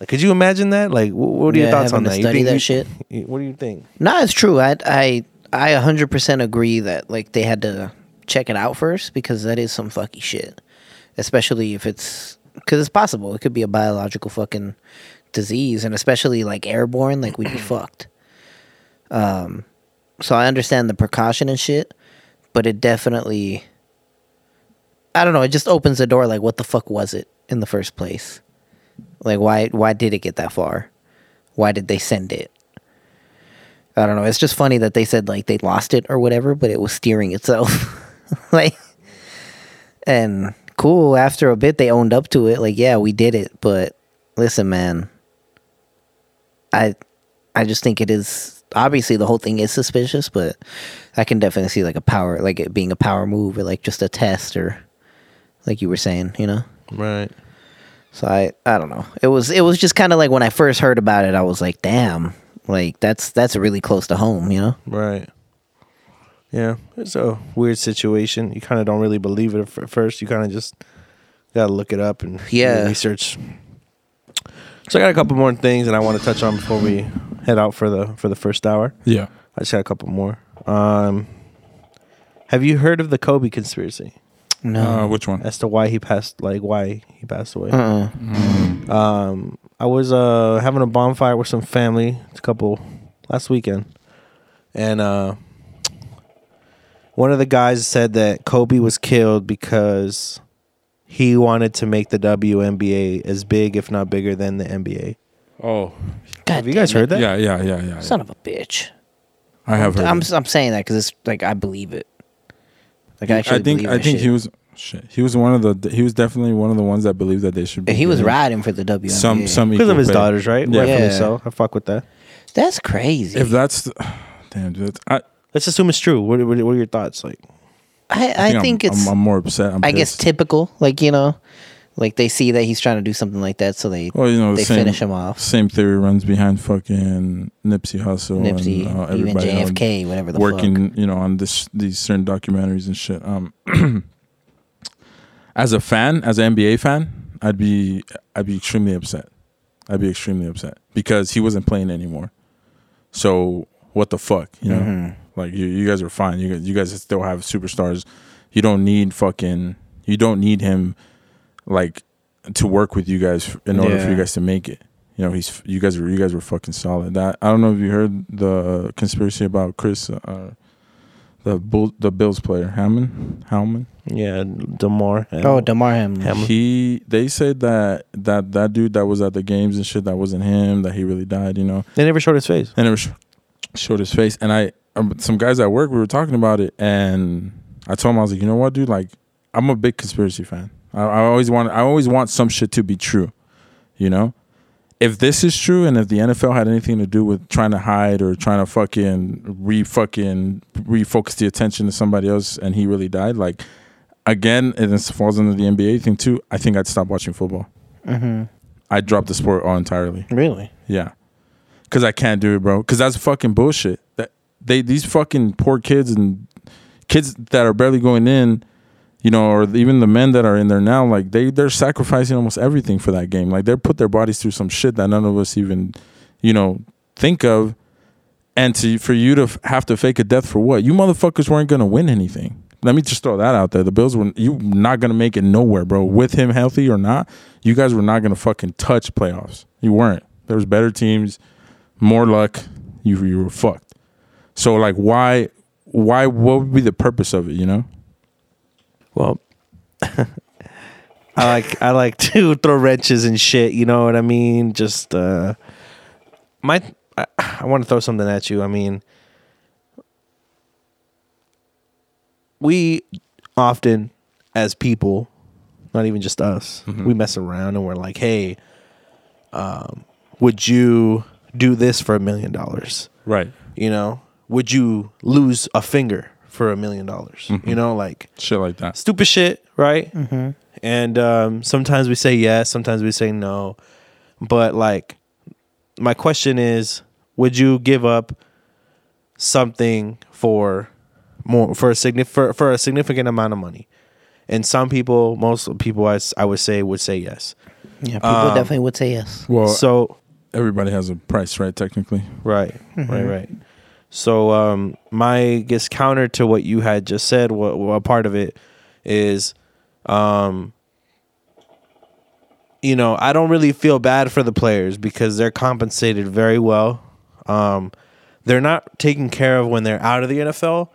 S3: Like, could you imagine that? Like, wh- what are your
S2: Yeah,
S3: thoughts on
S2: having to
S3: that?
S2: study
S3: you
S2: that
S3: you-
S2: shit.
S3: you- What do you think?
S2: No, it's true. I I I 100% agree that like they had to check it out first because that is some fucky shit. Especially if it's cuz it's possible it could be a biological fucking disease and especially like airborne like we'd be fucked. Um so I understand the precaution and shit, but it definitely I don't know, it just opens the door like what the fuck was it in the first place? Like why why did it get that far? Why did they send it? I don't know. It's just funny that they said like they lost it or whatever, but it was steering itself. like, and cool. After a bit, they owned up to it. Like, yeah, we did it. But listen, man, I, I just think it is obviously the whole thing is suspicious, but I can definitely see like a power, like it being a power move or like just a test or, like you were saying, you know.
S3: Right.
S2: So I I don't know. It was it was just kind of like when I first heard about it, I was like, damn, like that's that's really close to home, you know?
S3: Right. Yeah, it's a weird situation. You kind of don't really believe it at fir- first. You kind of just gotta look it up and do
S2: Yeah.
S3: research. So I got a couple more things that I want to touch on before we head out for the for the first hour.
S5: Yeah.
S3: I just got a couple more. Um, have you heard of the Kobe conspiracy
S5: Uh,
S2: No.
S5: which one?
S3: as to why he passed, like why he passed
S5: Uh,
S3: away?
S2: Uh-uh.
S3: Um, I was uh having a bonfire with some family, it's a couple last weekend, and uh, one of the guys said that Kobe was killed because he wanted to make the WNBA as big, if not bigger, than the NBA.
S5: Oh,
S2: God
S3: Have you guys
S2: damn it.
S3: heard that?
S5: yeah, yeah, yeah, yeah. yeah.
S2: Son of a bitch.
S5: I have heard.
S2: I'm
S5: it.
S2: I'm saying that cuz it's like I believe it. Like I actually
S5: I think
S2: believe
S5: I
S2: that
S5: think
S2: shit.
S5: he was shit. He was one of the. He was definitely one of the ones that believed that they should. be
S2: he was
S5: given
S2: riding for the WNBA.
S5: Some some
S3: Because of
S5: equal
S3: his
S5: pay.
S3: daughters, right?
S5: Yeah.
S3: Rightfully
S2: Yeah.
S3: so. I fuck with that.
S2: That's crazy.
S5: If that's, damn, dude, I,
S3: Let's assume it's true. What, what, what are your thoughts? Like,
S2: I I
S5: I'm-
S2: think
S5: I'm,
S2: it's
S5: I'm more upset. I'm
S2: I guess
S5: pissed.
S2: typical, like you know, like they see that he's trying to do something like that so they
S5: Well, you know, the
S2: they
S5: same,
S2: finish him off.
S5: Same theory runs behind fucking Nipsey Hussle,
S2: Nipsey,
S5: and, uh,
S2: even
S5: everybody else
S2: JFK, whatever the fuck.
S5: working, you know, on this these certain documentaries and shit. Um, as a fan, as an NBA fan, I'd be I'd be extremely upset. I'd be extremely upset because he wasn't playing anymore. So what the fuck, you know? Like you, you guys are fine. You guys, you guys still have superstars. You don't need fucking. You don't need him, like, to work with you guys in order for
S3: Yeah.
S5: you guys to make it. You know, he's you guys were you guys were fucking solid. That I don't know if you heard the conspiracy about Chris, uh, the Bull, the Bills player Hammond Howman.
S3: Yeah, Demar.
S2: Oh, Damar Hamlin.
S3: Hamlin.
S5: He they said that that that dude that was at the games and shit that wasn't him that he really died. You know,
S3: They never showed his face.
S5: and it was sh- showed his face. And I, um, some guys at work, we were talking about it, and I told him I was like, you know what, dude, like I'm a big conspiracy fan. I, I always want, I always want some shit to be true, you know. If this is true, and if the NFL had anything to do with trying to hide or trying to fucking re fucking refocus the attention to somebody else, and he really died, like again, and this falls under the NBA thing too. I think I'd stop watching football. I dropped the sport all entirely.
S2: Really?
S5: Yeah. Cause I can't do it, bro. Cause that's fucking bullshit. That they these fucking poor kids and kids that are barely going in, you know, or even the men that are in there now, like they they're sacrificing almost everything for that game. Like they put their bodies through some shit that none of us even, you know, think of. And to for you to f- have to fake a death for what? You motherfuckers weren't gonna win anything. Let me just throw that out there. The Bills were you not gonna make it nowhere, bro. With him healthy or not, you guys were not gonna fucking touch playoffs. You weren't. There was better teams, more luck. You you were fucked. So like, why, why? What would be the purpose of it? You know?
S3: Well, I like I like to throw wrenches and shit. You know what I mean? Just uh, my I, I want to throw something at you. I mean, we often as people, not even just us, we mess around and we're like, hey, um, would you do this for a million dollars?
S5: Right.
S3: You know, would you lose a finger for a million dollars? You know, like
S5: Shit like that.
S3: stupid shit, right? And um, sometimes we say yes, sometimes we say no. But like, my question is, would you give up something for more for a signif- for, for a significant amount of money? And some people, most people, I, s- I would say would say yes.
S2: Yeah, people
S5: um,
S2: definitely would say yes.
S5: Well,
S3: so
S5: everybody has a price, right? Technically.
S3: Right, right, right. So um, my guess counter to what you had just said, what, what part of it is, um, you know, I don't really feel bad for the players because they're compensated very well. Um, they're not taken care of when they're out of the NFL,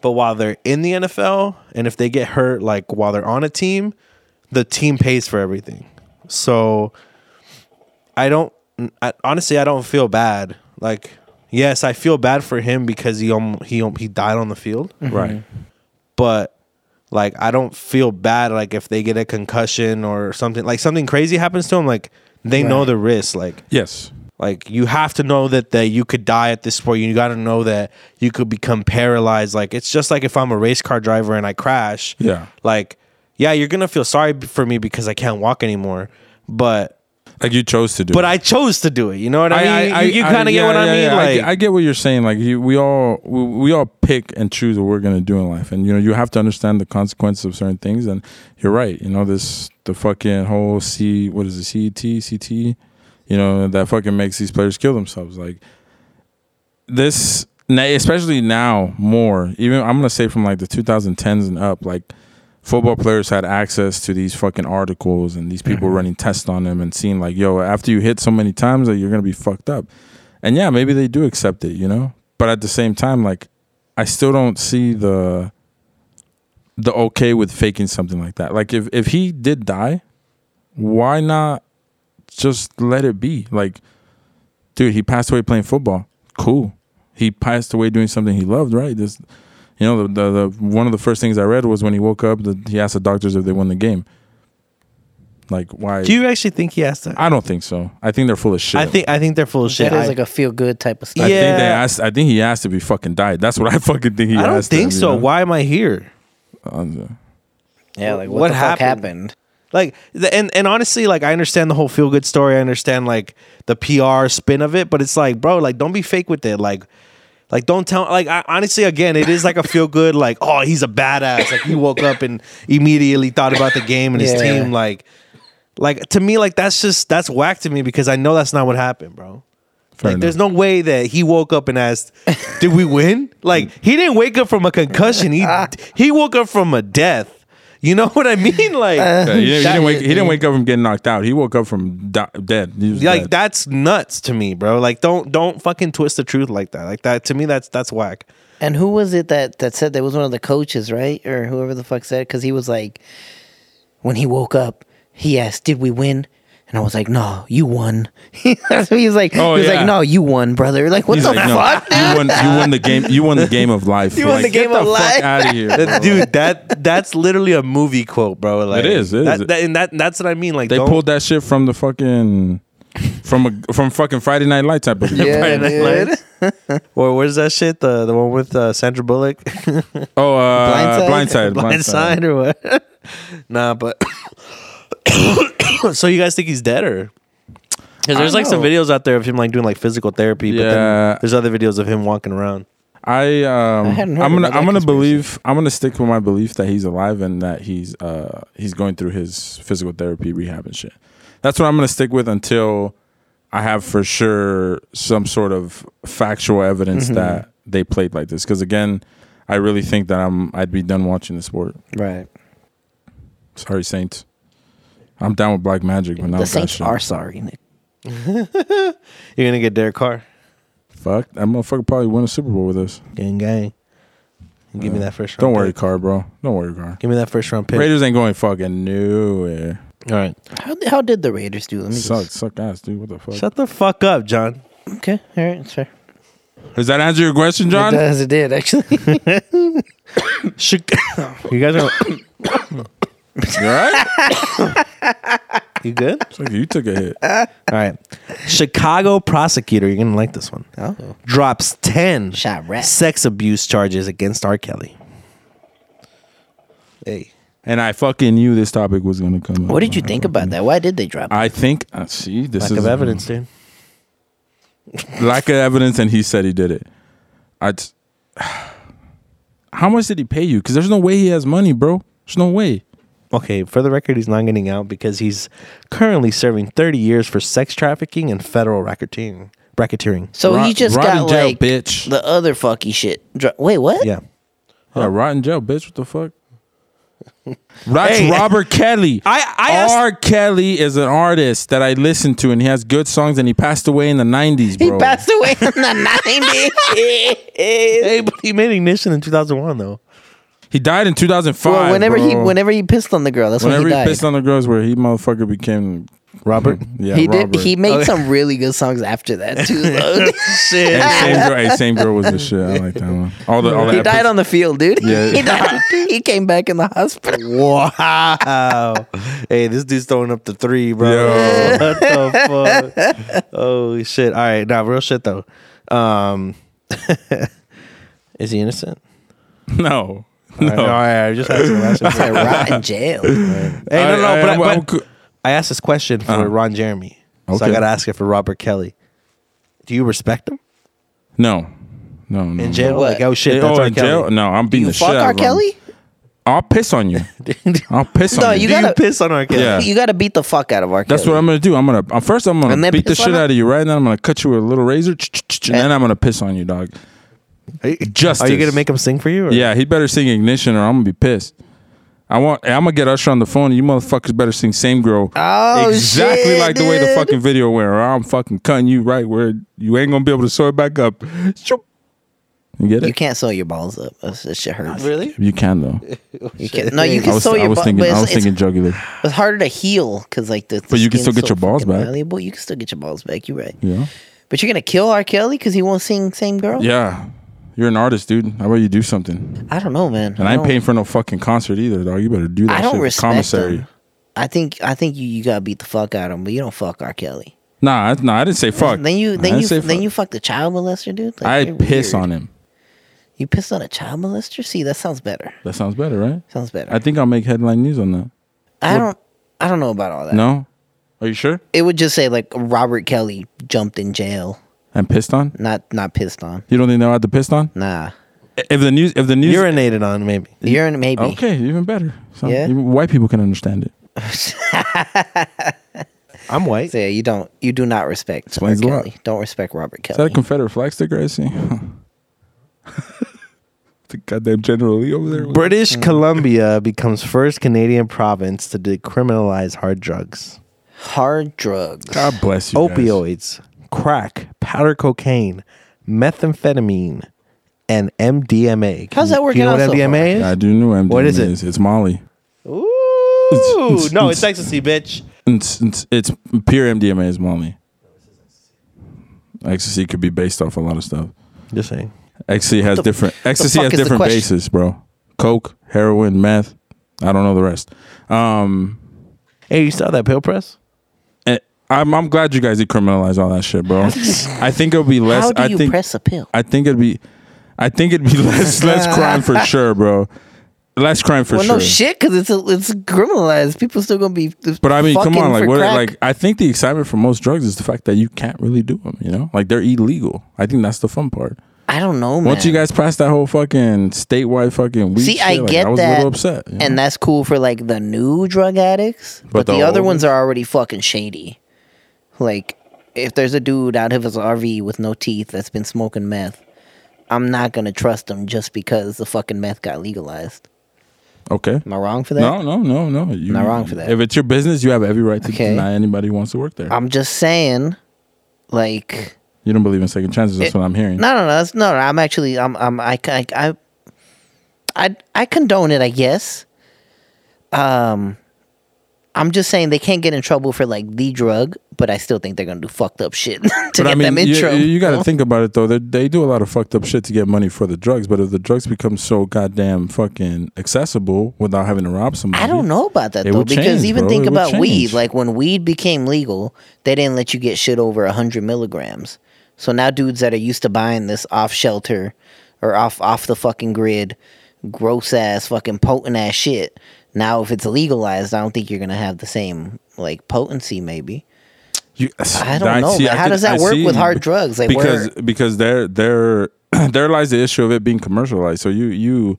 S3: but while they're in the NFL, and if they get hurt, like while they're on a team, the team pays for everything. So I don't I, honestly I don't feel bad. Like yes, I feel bad for him because he um, he um, he died on the field,
S5: Right.
S3: but like I don't feel bad like if they get a concussion or something like something crazy happens to him like they know the risk like
S5: Yes.
S3: like you have to know that that you could die at this sport. You got to know that you could become paralyzed. Like it's just like if I'm a race car driver and I crash.
S5: Yeah.
S3: Like yeah, you're gonna feel sorry b- for me because I can't walk anymore. But
S5: Like you chose to do.
S3: but
S5: it.
S3: I chose to do it. You know what I, mean? you you
S5: I-
S3: kind of
S5: yeah,
S3: get what I
S5: yeah,
S3: mean.
S5: yeah. I
S3: like
S5: get- I, get what you're saying. Like you, we all we, we all pick and choose what we're gonna do in life, and you know you have to understand the consequences of certain things. And you're right. You know this the fucking whole C E what is it CET CT, you know that fucking makes these players kill themselves. Like this, na- especially now more. Even I'm gonna say from like the 2010s and up, like. Football players had access to these fucking articles and these people running tests on them and seeing like, yo, after you hit so many times, like you're gonna be fucked up. And yeah, maybe they do accept it, you know? But at the same time, like I still don't see the the okay with faking something like that. Like if if he did die, why not just let it be? Like dude, he passed away playing football. Cool. He passed away doing something he loved, right? This you know, the, the, the one of the first things I read was when he woke up, the, he asked the doctors if they won the game. Like why?
S3: do you actually think he has to?
S5: I don't think so. I think they're full of shit.
S3: I think I think they're full of shit.
S2: That is
S3: I-
S2: like a feel good type of stuff.
S5: I think they
S3: Yeah.
S5: asked. I think he asked if he fucking died. That's what I fucking think he
S3: I don't
S5: asked. them,
S3: think
S5: you
S3: so.
S5: know?
S3: Why am I here?
S5: Um,
S2: Yeah, like what,
S3: What
S2: the fuck
S3: happened?
S2: happened?
S3: like the, and and honestly like i understand the whole feel good story i understand like the pr spin of it but it's like bro like don't be fake with it like like don't tell like I, honestly again it is like a feel good like oh he's a badass like he woke up and immediately thought about the game and his
S2: Yeah.
S3: team like like to me like that's just that's whack to me because i know that's not what happened bro
S5: fair
S3: like,
S5: enough.
S3: there's no way that he woke up and asked, "Did we win?" Like, he didn't wake up from a concussion. He he woke up from a death. You know what I mean? Like,
S5: Yeah, he, didn't, he
S3: that-
S5: didn't wake. He didn't wake up from getting knocked out. He woke up from di- dead. He was
S3: like
S5: dead.
S3: that's nuts to me, bro. Like, don't don't fucking twist the truth like that. Like that to me, that's that's whack.
S2: And who was it that that said that It was one of the coaches, right, or whoever the fuck said? Because he was like, when he woke up, he asked, "Did we win?" And I was like, "No, you won." That's what he was like.
S5: Oh,
S2: he was
S5: yeah.
S2: like, "No, you won, brother." Like, what
S5: He's
S2: the
S5: like, no,
S2: fuck? dude?
S5: you won. You won the game. You won the game of life.
S2: You won the game
S5: get
S2: of
S5: the
S2: life.
S5: Fuck out of here, bro.
S3: dude, that that's literally a movie quote, bro. Like
S5: It is, it
S3: that,
S5: is.
S3: that- and that that's what I mean. Like
S5: They
S3: don't-
S5: pulled that shit from the fucking from a from fucking Friday Night Lights, I believe.
S2: Yeah,
S3: Friday Night
S2: dude.
S3: Lights. Or where's that shit? The the one with uh, Sandra Bullock, Blindside,
S5: Oh, uh, Blindside. Blindside.
S3: or what? nah, but so you guys think he's dead or? Because there's
S5: I
S3: like some
S5: don't
S3: videos out there of him like doing like physical therapy, but
S5: Yeah.
S3: then there's other videos of him walking around.
S5: I
S2: I
S5: um I am
S2: hadn't heard
S5: gonna
S2: about that
S5: I'm gonna
S2: conspiracy.
S5: believe I'm gonna stick with my belief that he's alive and that he's uh he's going through his physical therapy rehab and shit. That's what I'm gonna stick with until I have for sure some sort of factual
S2: Mm-hmm.
S5: evidence that they played like this. Because again, I really think that I'm I'd be done watching the sport.
S2: Right.
S5: Sorry, Saints. I'm down with Black Magic, but not
S2: the
S5: that
S2: Saints
S5: shit.
S2: are sorry. Nick.
S3: You're gonna get Derek Carr,
S5: Fuck, that motherfucker probably win a Super Bowl with us.
S3: gang gang. Give me that first.
S5: Don't
S3: round
S5: worry,
S3: pick.
S5: Car, bro. Don't worry, Car.
S3: Give me that first round pick.
S5: Raiders ain't going fucking nowhere.
S3: All right.
S2: How, how did the Raiders do? Let me just-
S5: Suck, suck ass, dude. What the fuck?
S3: Shut the fuck up, John.
S2: Okay, all right, that's fair.
S5: Does that answer your question,
S2: It
S5: John?
S2: does. It did actually.
S3: Chi- you guys are
S5: You all right?
S3: you good?
S5: It's like you took a hit.
S3: All right. Chicago prosecutor, you're gonna like this one.
S2: oh,
S3: Drops ten
S2: Shot rat.
S3: sex abuse charges against R. Kelly. Hey.
S5: And I fucking knew this topic was gonna come up.
S2: what did you think about that? Why did they drop? it?
S5: I think uh, see this
S3: Lack
S5: is
S3: of evidence, dude.
S5: lack of evidence, and he said he did it. I. t- How much did he pay you? Because there's no way he has money, bro. There's no way.
S3: Okay, for the record, he's not getting out because he's currently serving 30 years for sex trafficking and federal racketeering. Racketeering.
S2: So
S5: Rot-
S2: he just
S5: rot in
S2: got
S5: jail,
S2: like
S5: bitch.
S2: the other fucky shit. Dro- Wait, what?
S3: Yeah.
S5: Yeah, rotten jail, bitch. What the fuck? That's
S3: Hey.
S5: Robert Kelly.
S3: I- I asked-
S5: R. Kelly is an artist that I listen to, and he has good songs. And he passed away in the '90s,
S2: He
S5: bro.
S2: passed away in the 90s.
S3: Hey, but he made ignition in 2001 though.
S5: He died in 2005.
S2: well, whenever he
S5: bro.
S2: whenever he pissed on the girl, that's
S5: Whenever
S2: when
S5: he,
S2: he died.
S5: pissed on the girls, where he motherfucker became
S3: Robert.
S5: yeah.
S2: he
S5: Robert.
S2: did. He made some really good songs after that too. Though.
S3: Shit.
S5: Hey, same girl. Hey, same girl was the shit. I like that one. All the all the
S2: he died
S5: episodes-
S2: on the field, dude.
S5: Yeah.
S2: he, died, he came back in the hospital.
S3: Wow. hey, this dude's throwing up the three, bro.
S5: Yo.
S3: What the fuck? Oh shit. All right, now real shit though. Um Is he innocent?
S5: no.
S3: No. All right, all right, I just asked him last
S2: It's like rot in jail.
S3: Hey, no, no,
S5: I- I-
S3: but, I,
S5: I'm-
S3: but
S5: I'm cou-
S3: I asked this question for
S5: Uh-huh.
S3: Ron Jeremy. So I
S5: Okay.
S3: gotta ask it for Robert Kelly. Do you respect him?
S5: No. No. No.
S3: In jail?
S2: What?
S3: Like, oh shit,
S5: Hey,
S3: that's
S5: oh,
S3: R.
S5: in
S3: Kelly.
S5: jail? No, I'm beating
S2: You
S5: the shit
S2: fuck
S5: out
S2: R.
S5: of him.
S2: Kelly?
S5: I'll piss on you. I'll piss
S2: No,
S5: on you.
S2: you
S3: Do you
S2: gotta-
S3: piss on R. Kelly?
S5: Yeah.
S2: You got to beat the fuck out of R.
S5: That's
S2: Kelly.
S5: what I'm gonna do. I'm gonna uh, first. I'm
S2: And
S5: gonna
S2: then
S5: beat the
S2: piss on Eh.
S5: shit
S2: him?
S5: out of you right now. I'm gonna cut you with a little razor, and then I'm gonna piss on you, dog.
S3: Hey, Are you
S5: Justice.
S3: gonna make him sing for you? Or?
S5: Yeah, he better sing Ignition, or I'm gonna be pissed. I want. eh, I'm gonna get Usher on the phone. You motherfuckers better sing Same Girl.
S2: Oh,
S5: exactly
S2: shit,
S5: like the way the
S2: dude.
S5: fucking video went. Or I'm fucking cutting you right where you ain't gonna be able to sew it back up. Shoop. You get it?
S2: You can't sew your balls up. That's- That shit hurts.
S3: Really?
S5: You can though.
S2: You can't. No, you
S5: I
S2: can
S5: was,
S2: sew
S5: I
S2: your
S5: was
S2: balls.
S5: thinking.
S2: But
S5: I was
S2: it's, it's,
S5: thinking jugular.
S2: it's harder to heal because like the. the
S5: But you can
S2: skin's
S5: still get
S2: so
S5: your balls
S2: fucking
S5: back.
S2: Malleable. You can still get your balls back. You're right.
S5: Yeah.
S2: But you're gonna kill R. Kelly because he won't sing "Same Girl."
S5: Yeah. You're an artist, dude. How about you do something?
S2: I don't know, man.
S5: And I ain't
S2: don't-
S5: paying for no fucking concert either, dog. You better do that
S2: I
S5: shit.
S2: don't
S5: at the
S2: respect
S5: commissary.
S2: him. I think I think you, you gotta beat the fuck out of him, but you don't fuck R. Kelly.
S5: Nah, I, nah, I didn't say fuck.
S2: Then you
S5: I
S2: then
S5: didn't
S2: you
S5: say
S2: then
S5: fuck.
S2: you fuck the child molester, dude. Like,
S5: I
S2: you're
S5: piss
S2: weird.
S5: on him.
S2: You piss on a child molester? See, that sounds better.
S5: That sounds better, right?
S2: Sounds better.
S5: I think I'll make headline news on that.
S2: I don't I don't know about all that.
S5: No? Are you sure?
S2: It would just say like Robert Kelly jumped in jail,
S5: And pissed on?
S2: not not pissed on.
S5: You don't think they'll add the pissed on?
S2: Nah,
S5: If the news, if the news,
S3: Urinated on, maybe.
S2: you're in maybe.
S5: okay, even better. So
S2: Yeah.
S5: even white people can understand it.
S3: I'm white.
S2: So yeah, you don't you do not respect
S5: Explains
S2: R.
S5: a lot.
S2: Kelly. Don't respect Robert
S5: Is that a
S2: Kelly.
S5: Confederate flag sticker I see? the goddamn General Lee over there.
S3: British Columbia becomes first Canadian province to decriminalize hard drugs.
S2: Hard drugs.
S5: God bless you. guys.
S3: Opioids, crack, powder cocaine, methamphetamine, and MDMA. Can
S2: How's that
S3: you-
S2: working
S3: Do you know
S2: out
S3: what
S2: so
S3: MDMA is?
S5: I do know MDMA.
S3: What is it?
S5: Is. It's Molly.
S3: Ooh,
S5: It's-
S3: no,
S5: it's-
S3: it's ecstasy, bitch.
S5: It's, it's, it's pure MDMA is Molly. Ecstasy could be based off a lot of stuff.
S3: Just saying.
S5: Ecstasy has different ecstasy
S2: fuck
S5: has
S2: is the
S5: different
S2: question?
S5: bases, bro. Coke, heroin, meth. I don't know the rest. Um,
S3: Hey, you saw that pill press?
S5: eh, I'm I'm glad you guys decriminalize all that shit, bro. I think it'll be less.
S2: How do
S5: I
S2: you
S5: think
S2: press a pill?
S5: I think it'd be, I think it'd be less less crime for sure, bro. Less crime for
S2: well,
S5: sure.
S2: no shit, because it's it's criminalized. People still gonna be.
S5: But I mean, come
S2: fucking
S5: on, like
S2: for
S5: what?
S2: crack.
S5: Like I think the excitement for most drugs is the fact that you can't really do them. You know, like they're illegal. I think that's the fun part.
S2: I don't know, man.
S5: Once you guys pass that whole fucking statewide fucking weed
S2: See,
S5: shit,
S2: I
S5: like,
S2: get
S5: I was
S2: that,
S5: a little upset. you know?
S2: and that's cool for like the new drug addicts, but,
S5: the
S2: the, other
S5: old-
S2: ones are already fucking shady. Like, if there's a dude out of his RV with no teeth that's been smoking meth, I'm not gonna trust him just because the fucking meth got legalized.
S5: okay.
S2: Am I wrong for that?
S5: No, no, no, no. You're
S2: not wrong for that.
S5: If it's your business, you have every right to
S2: Okay. Um,
S5: deny anybody who wants to work there.
S2: I'm just saying, like.
S5: you don't believe in second chances. That's
S2: It-
S5: what I'm hearing.
S2: No, no, no, that's, no, no. I'm actually, I'm, I'm, I, I, I, I, I condone it, I guess. Um, I'm just saying they can't get in trouble for like the drug, but I still think they're gonna do fucked up shit to get them in
S5: you,
S2: trouble.
S5: you got to think about it though. They, they do a lot of fucked up shit to get money for the drugs. But if the drugs become so goddamn fucking accessible without having to rob somebody,
S2: I don't know about that
S5: Mm-hmm. It
S2: though,
S5: would
S2: because
S5: change,
S2: even
S5: bro.
S2: think
S5: It would
S2: about
S5: change.
S2: weed. Like when weed became legal, they didn't let you get shit over hundred milligrams. So now dudes that are used to buying this off shelter or off off the fucking grid, gross ass fucking potent ass shit. Now if it's legalized, I don't think you're gonna have the same like potency. Maybe
S5: You,
S2: I don't know, man. How
S5: can-
S2: does that
S5: I
S2: work with
S5: see.
S2: hard drugs? Like,
S5: because
S2: where-
S5: because there there there lies the issue of it being commercialized. So you you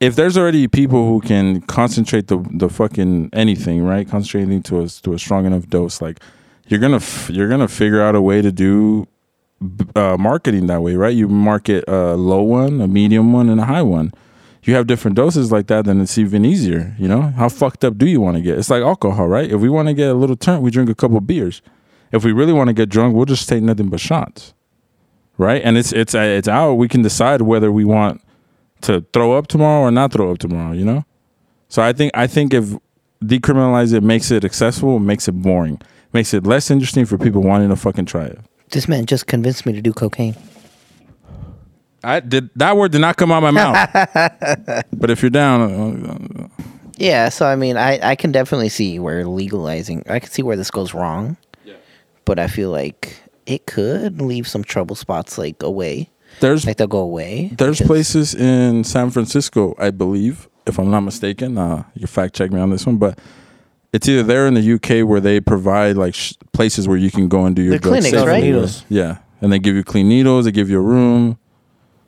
S5: if there's already people who can concentrate the the fucking anything right, concentrate anything to a to a strong enough dose, like you're gonna f- you're gonna figure out a way to do b- uh, marketing that way, right? You market a low one, a medium one, and a high one. You have different doses like that, then it's even easier. You know how fucked up do you want to get? It's like alcohol, right? If we want to get a little turnt, we drink a couple beers. If we really want to get drunk, we'll just take nothing but shots, right? And it's it's uh, it's our we can decide whether we want to throw up tomorrow or not throw up tomorrow. You know, so I think I think if decriminalize it makes it accessible, makes it boring, makes it less interesting for people wanting to fucking try it.
S2: this man just convinced me to do cocaine.
S5: I did that word did not come out of my mouth. but if you're down, uh, uh,
S2: Yeah, so I mean, I I can definitely see where legalizing, I can see where this goes wrong. But I feel like it could leave some trouble spots like away,
S5: there's
S2: like they'll go away.
S5: there's
S2: because-
S5: places in San Francisco, I believe, if I'm not mistaken. Uh, you can fact check me on this one, but it's either there in the UK where they provide like sh- places where you can go and do your
S2: They're
S5: drug
S2: clinics,
S5: safely,
S2: right?
S3: Needles.
S5: Yeah, and they give you clean needles. They give you a room.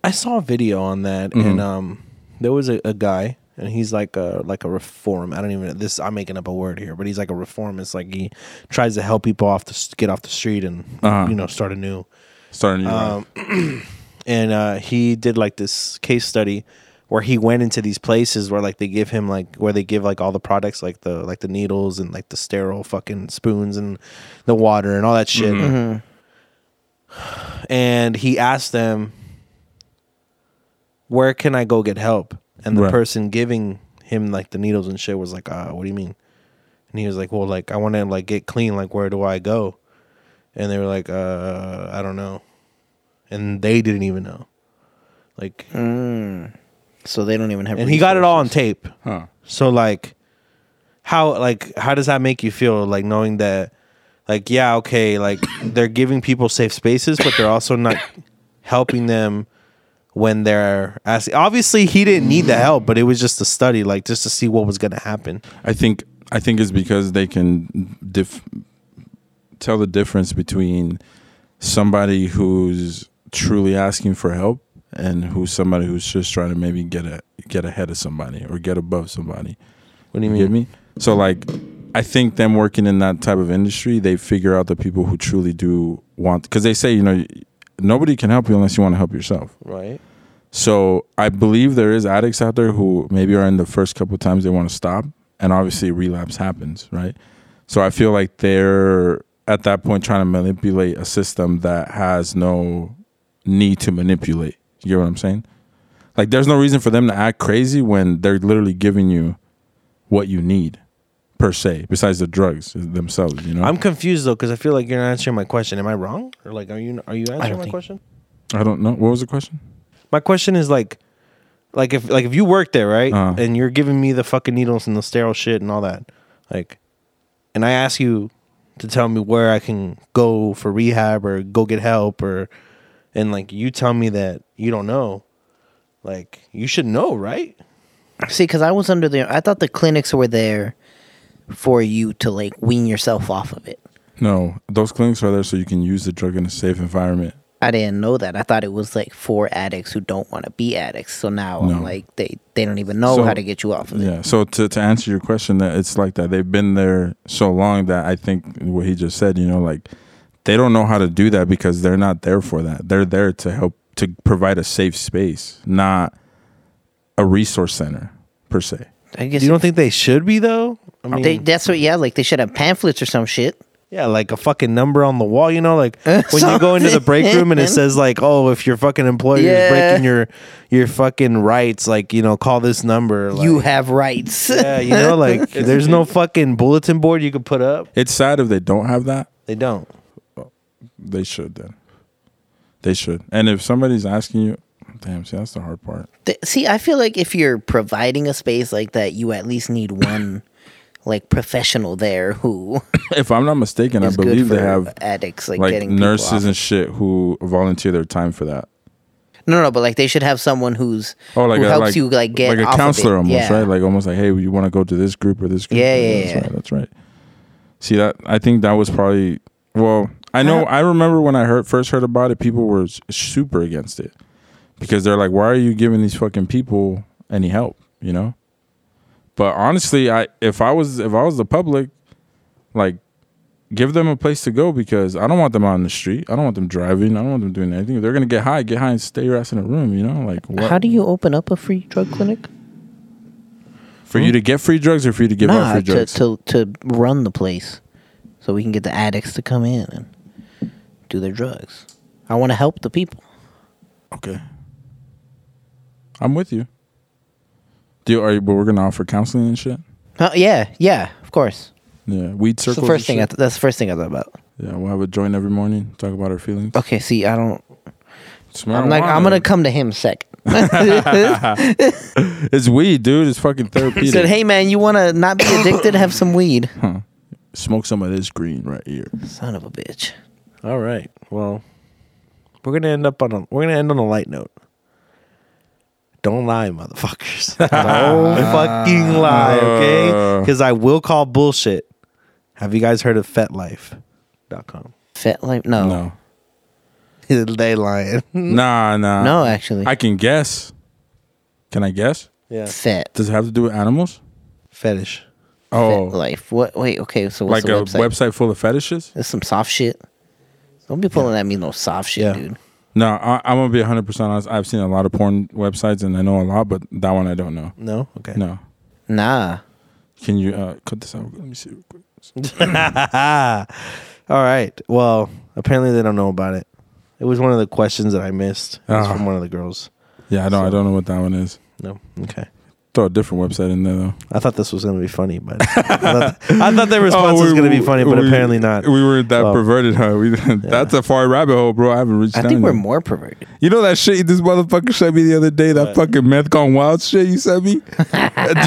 S3: I saw a video on that, and um, there was a, a guy, and he's like a like a reform. I don't even this. I'm making up a word here, but he's like a reformist. Like he tries to help people off to get off the street and
S5: Uh-huh.
S3: you know start anew.
S5: Starting your life.
S3: and uh, he did like this case study where he went into these places where like they give him like where they give like all the products like the like the needles and like the sterile fucking spoons and the water and all that shit and he asked them where can i go get help and the
S5: Right.
S3: person giving him like the needles and shit was like uh what do you mean and he was like well like i want to like get clean like where do i go and they were like uh i don't know and they didn't even know like
S2: so they don't even have.
S3: and he got it
S2: resources.
S3: all on tape
S5: Huh.
S3: so like how like how does that make you feel like knowing that like yeah okay like they're giving people safe spaces but they're also not helping them when they're asking obviously he didn't need the help but it was just a study like just to see what was going to happen
S5: I think I think it's because they can dif- tell the difference between somebody who's truly asking for help and who's somebody who's just trying to maybe get a get ahead of somebody or get above somebody.
S3: what do you
S5: You
S3: mean
S5: get me? So like I think them working in that type of industry, they figure out the people who truly do want cuz they say, you know, nobody can help you unless you want to help yourself.
S3: right
S5: So I believe there is addicts out there who maybe are in the first couple times they want to stop, and obviously relapse happens, right? So I feel like they're at that point trying to manipulate a system that has no need to manipulate. You get what I'm saying? Like, there's no reason for them to act crazy when they're literally giving you what you need, per se, besides the drugs themselves. You know,
S3: I'm confused though because I feel like you're not answering my question. Am I wrong? Or like, are you are you answering
S2: don't
S3: my
S2: think-
S3: question?
S5: I don't know. What was the question?
S3: My question is like, like if like if you work there, right,
S5: Uh-huh.
S3: and you're giving me the fucking needles and the sterile shit and all that, like, and I ask you to tell me where I can go for rehab or go get help or, and like you tell me that you don't know, like you should know, right?
S2: See, because I was under the, I thought the clinics were there for you to like wean yourself off of it.
S5: No, those clinics are there so you can use the drug in a safe environment.
S2: I didn't know that. I thought it was like for addicts who don't want to be addicts. So now
S5: No.
S2: I'm like, they they don't even know
S5: So-
S2: how to get you off of it.
S5: Yeah. So to, to answer your question, that it's like that. They've been there so long that I think what he just said, you know, like they don't know how to do that because they're not there for that. They're there to help to provide a safe space, not a resource center per se.
S2: I guess
S3: You don't think they should be though? I mean,
S2: they, that's what. Yeah, like they should have pamphlets or some shit.
S3: Yeah, like a fucking number on the wall, you know, like when you go into the break room and it says like, "Oh, if your fucking employer is
S2: Yeah.
S3: breaking your your fucking rights, like, you know, call this number." Like,
S2: you have rights.
S3: Yeah, you know, like there's no fucking bulletin board you could put up.
S5: It's sad if they don't have that.
S3: They don't.
S5: They should then. They should. And if somebody's asking you, damn, see, that's the hard part.
S2: Th- See, I feel like if you're providing a space like that, you at least need one like professional there who
S5: If I'm not mistaken, I
S2: is good
S5: believe
S2: for
S5: they have
S2: addicts like,
S5: like
S2: getting people off.
S5: nurses and shit who volunteer their time for that.
S2: No, no, but like they should have someone who's
S5: Oh, like
S2: who
S5: a,
S2: helps
S5: like,
S2: you like get
S5: like
S2: off
S5: a
S2: of
S5: counselor
S2: it.
S5: almost,
S2: yeah.
S5: right? Like almost like, hey, you want to go to this group or this group?
S2: Yeah, yeah,
S5: that's
S2: yeah.
S5: right. That's right. See that? I think that was probably well. I
S2: Uh-huh.
S5: know. I remember when I heard first heard about it, people were s- super against it because they're like, why are you giving these fucking people any help? You know. But honestly, I if I was if I was the public, like give them a place to go because I don't want them out in the street. I don't want them driving. I don't want them doing anything. If they're gonna get high, get high and stay your ass in a room. You know, like what?
S2: How do you open up a free drug clinic?
S5: For you to get free drugs or for you to give out
S2: Hmm? Nah,
S5: free
S2: to,
S5: drugs?
S2: to to run the place, so we can get the addicts to come in and do their drugs. I want to help the people.
S5: okay. I'm with you. Do you, are you, but we're gonna offer counseling and shit.
S2: Oh yeah, yeah, of course.
S5: Yeah, weed
S2: That's
S5: circles.
S2: the
S5: and
S2: first thing. I
S5: shit.
S2: th- that's the first thing I thought about.
S5: yeah, we'll have a joint every morning. Talk about our feelings.
S2: Okay, see, I don't.
S5: It's
S2: I'm like, I'm
S5: marijuana.
S2: gonna come to him second. I
S5: It's weed, dude. It's fucking therapeutic.
S2: said, hey man, you wanna not be addicted? Have some weed.
S5: smoke some of this green right here.
S2: Son of a bitch.
S3: All right. Well, we're going to end up on a we're going to end on a light note. Don't lie, motherfuckers. Don't fucking lie,
S2: Uh.
S3: okay? Cuz I will call bullshit. Have you guys heard of fetlife.com?
S2: Fat life? No.
S5: No,
S3: they lying.
S5: nah, nah.
S2: No, actually.
S5: I can guess. Can I guess?
S3: Yeah.
S2: Fat.
S5: Does it have to do with animals?
S3: Fetish.
S5: Oh,
S2: Fat life. What? Wait. Okay. So
S5: like
S2: what's the
S5: a
S2: website?
S5: website? full of fetishes?
S2: That's some soft shit. Don't be pulling at me no soft shit,
S3: Yeah.
S2: dude.
S5: No, I, I'm gonna be 100 percent honest. I've seen a lot of porn websites and I know a lot, but that one I don't know.
S3: No? Okay.
S5: No.
S2: Nah.
S5: Can you uh, cut this out? Let me see. Real quick.
S3: All right. Well, apparently they don't know about it. It was one of the questions that I missed. It was
S5: Ah.
S3: from one of the girls.
S5: Yeah, I don't. I don't know what that one is.
S3: No. Okay.
S5: Throw a different website in there though.
S3: I thought this was going to be funny, but I thought, I thought their response was
S5: Oh, we-
S3: going to be funny, but
S5: we-
S3: apparently not.
S5: We were that
S3: Well,
S5: perverted, huh? We, That's a far rabbit hole, bro. I haven't reached.
S2: I
S5: down
S2: think we're
S5: yet.
S2: more perverted.
S5: You know that shit this motherfucker sent me the other day. That fucking meth gone wild shit you sent me.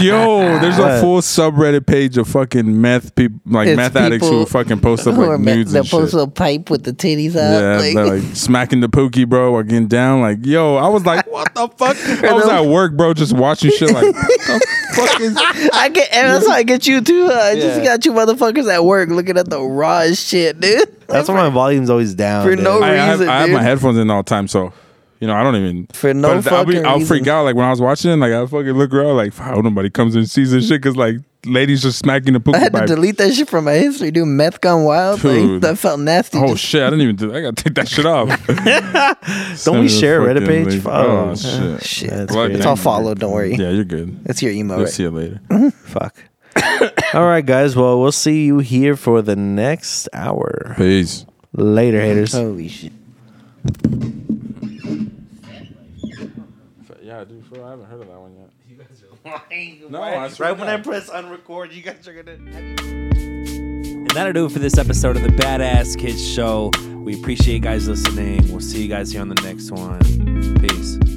S5: Yo, there's a
S3: What?
S5: full subreddit page of fucking meth people, like
S2: It's
S5: meth addicts who
S2: people
S5: fucking post up
S2: Or
S5: like
S2: ma-
S5: nudes
S2: the
S5: and shit.
S2: post little pipe with the titties out.
S5: Yeah,
S2: like,
S5: they're like smacking the pookie, bro, or getting down. Like, yo, I was like, what the fuck? I was at work, bro, just watching shit. Like, what the fuck is?
S2: I get, and that's how I get you too. huh? I just got you motherfuckers at work looking at the raw as shit, dude.
S3: That's why my volume's always down.
S2: For
S3: dude.
S2: no
S5: I, I have,
S2: reason,
S5: I have
S2: dude.
S5: my headphones in all the time, so you know I don't even.
S2: For no
S5: but I'll,
S2: fucking
S5: I'll freak
S2: reason.
S5: out like when I was watching, it, like I fucking look around, like how nobody comes and sees this shit, cause like ladies just smacking the
S2: I
S5: pookie.
S2: had to
S5: pipe.
S2: delete that shit from my history, dude. Meth gone wild. Like,
S5: Dude.
S2: that felt nasty.
S5: Oh
S2: Just-
S5: shit! I didn't even do. I gotta take that shit off.
S3: Don't we share a Reddit
S5: Fucking
S3: page?
S5: link. Oh,
S3: Oh,
S5: shit!
S2: shit.
S3: That's
S5: Well,
S3: crazy.
S2: It's all followed. Don't worry.
S5: Yeah, you're good.
S2: That's your email.
S5: I'll
S2: Right?
S5: see you later.
S3: Fuck. All right, guys. Well, we'll see you here for the next hour.
S5: Peace.
S3: Later, haters.
S2: Holy shit.
S5: Yeah, dude, for real, I haven't heard of that one yet.
S3: You guys are
S5: No, I swear to God.
S6: press unrecord, you guys are gonna.
S3: And that'll do it for this episode of the Badass Kids Show. We appreciate you guys listening. We'll see you guys here on the next one. Peace.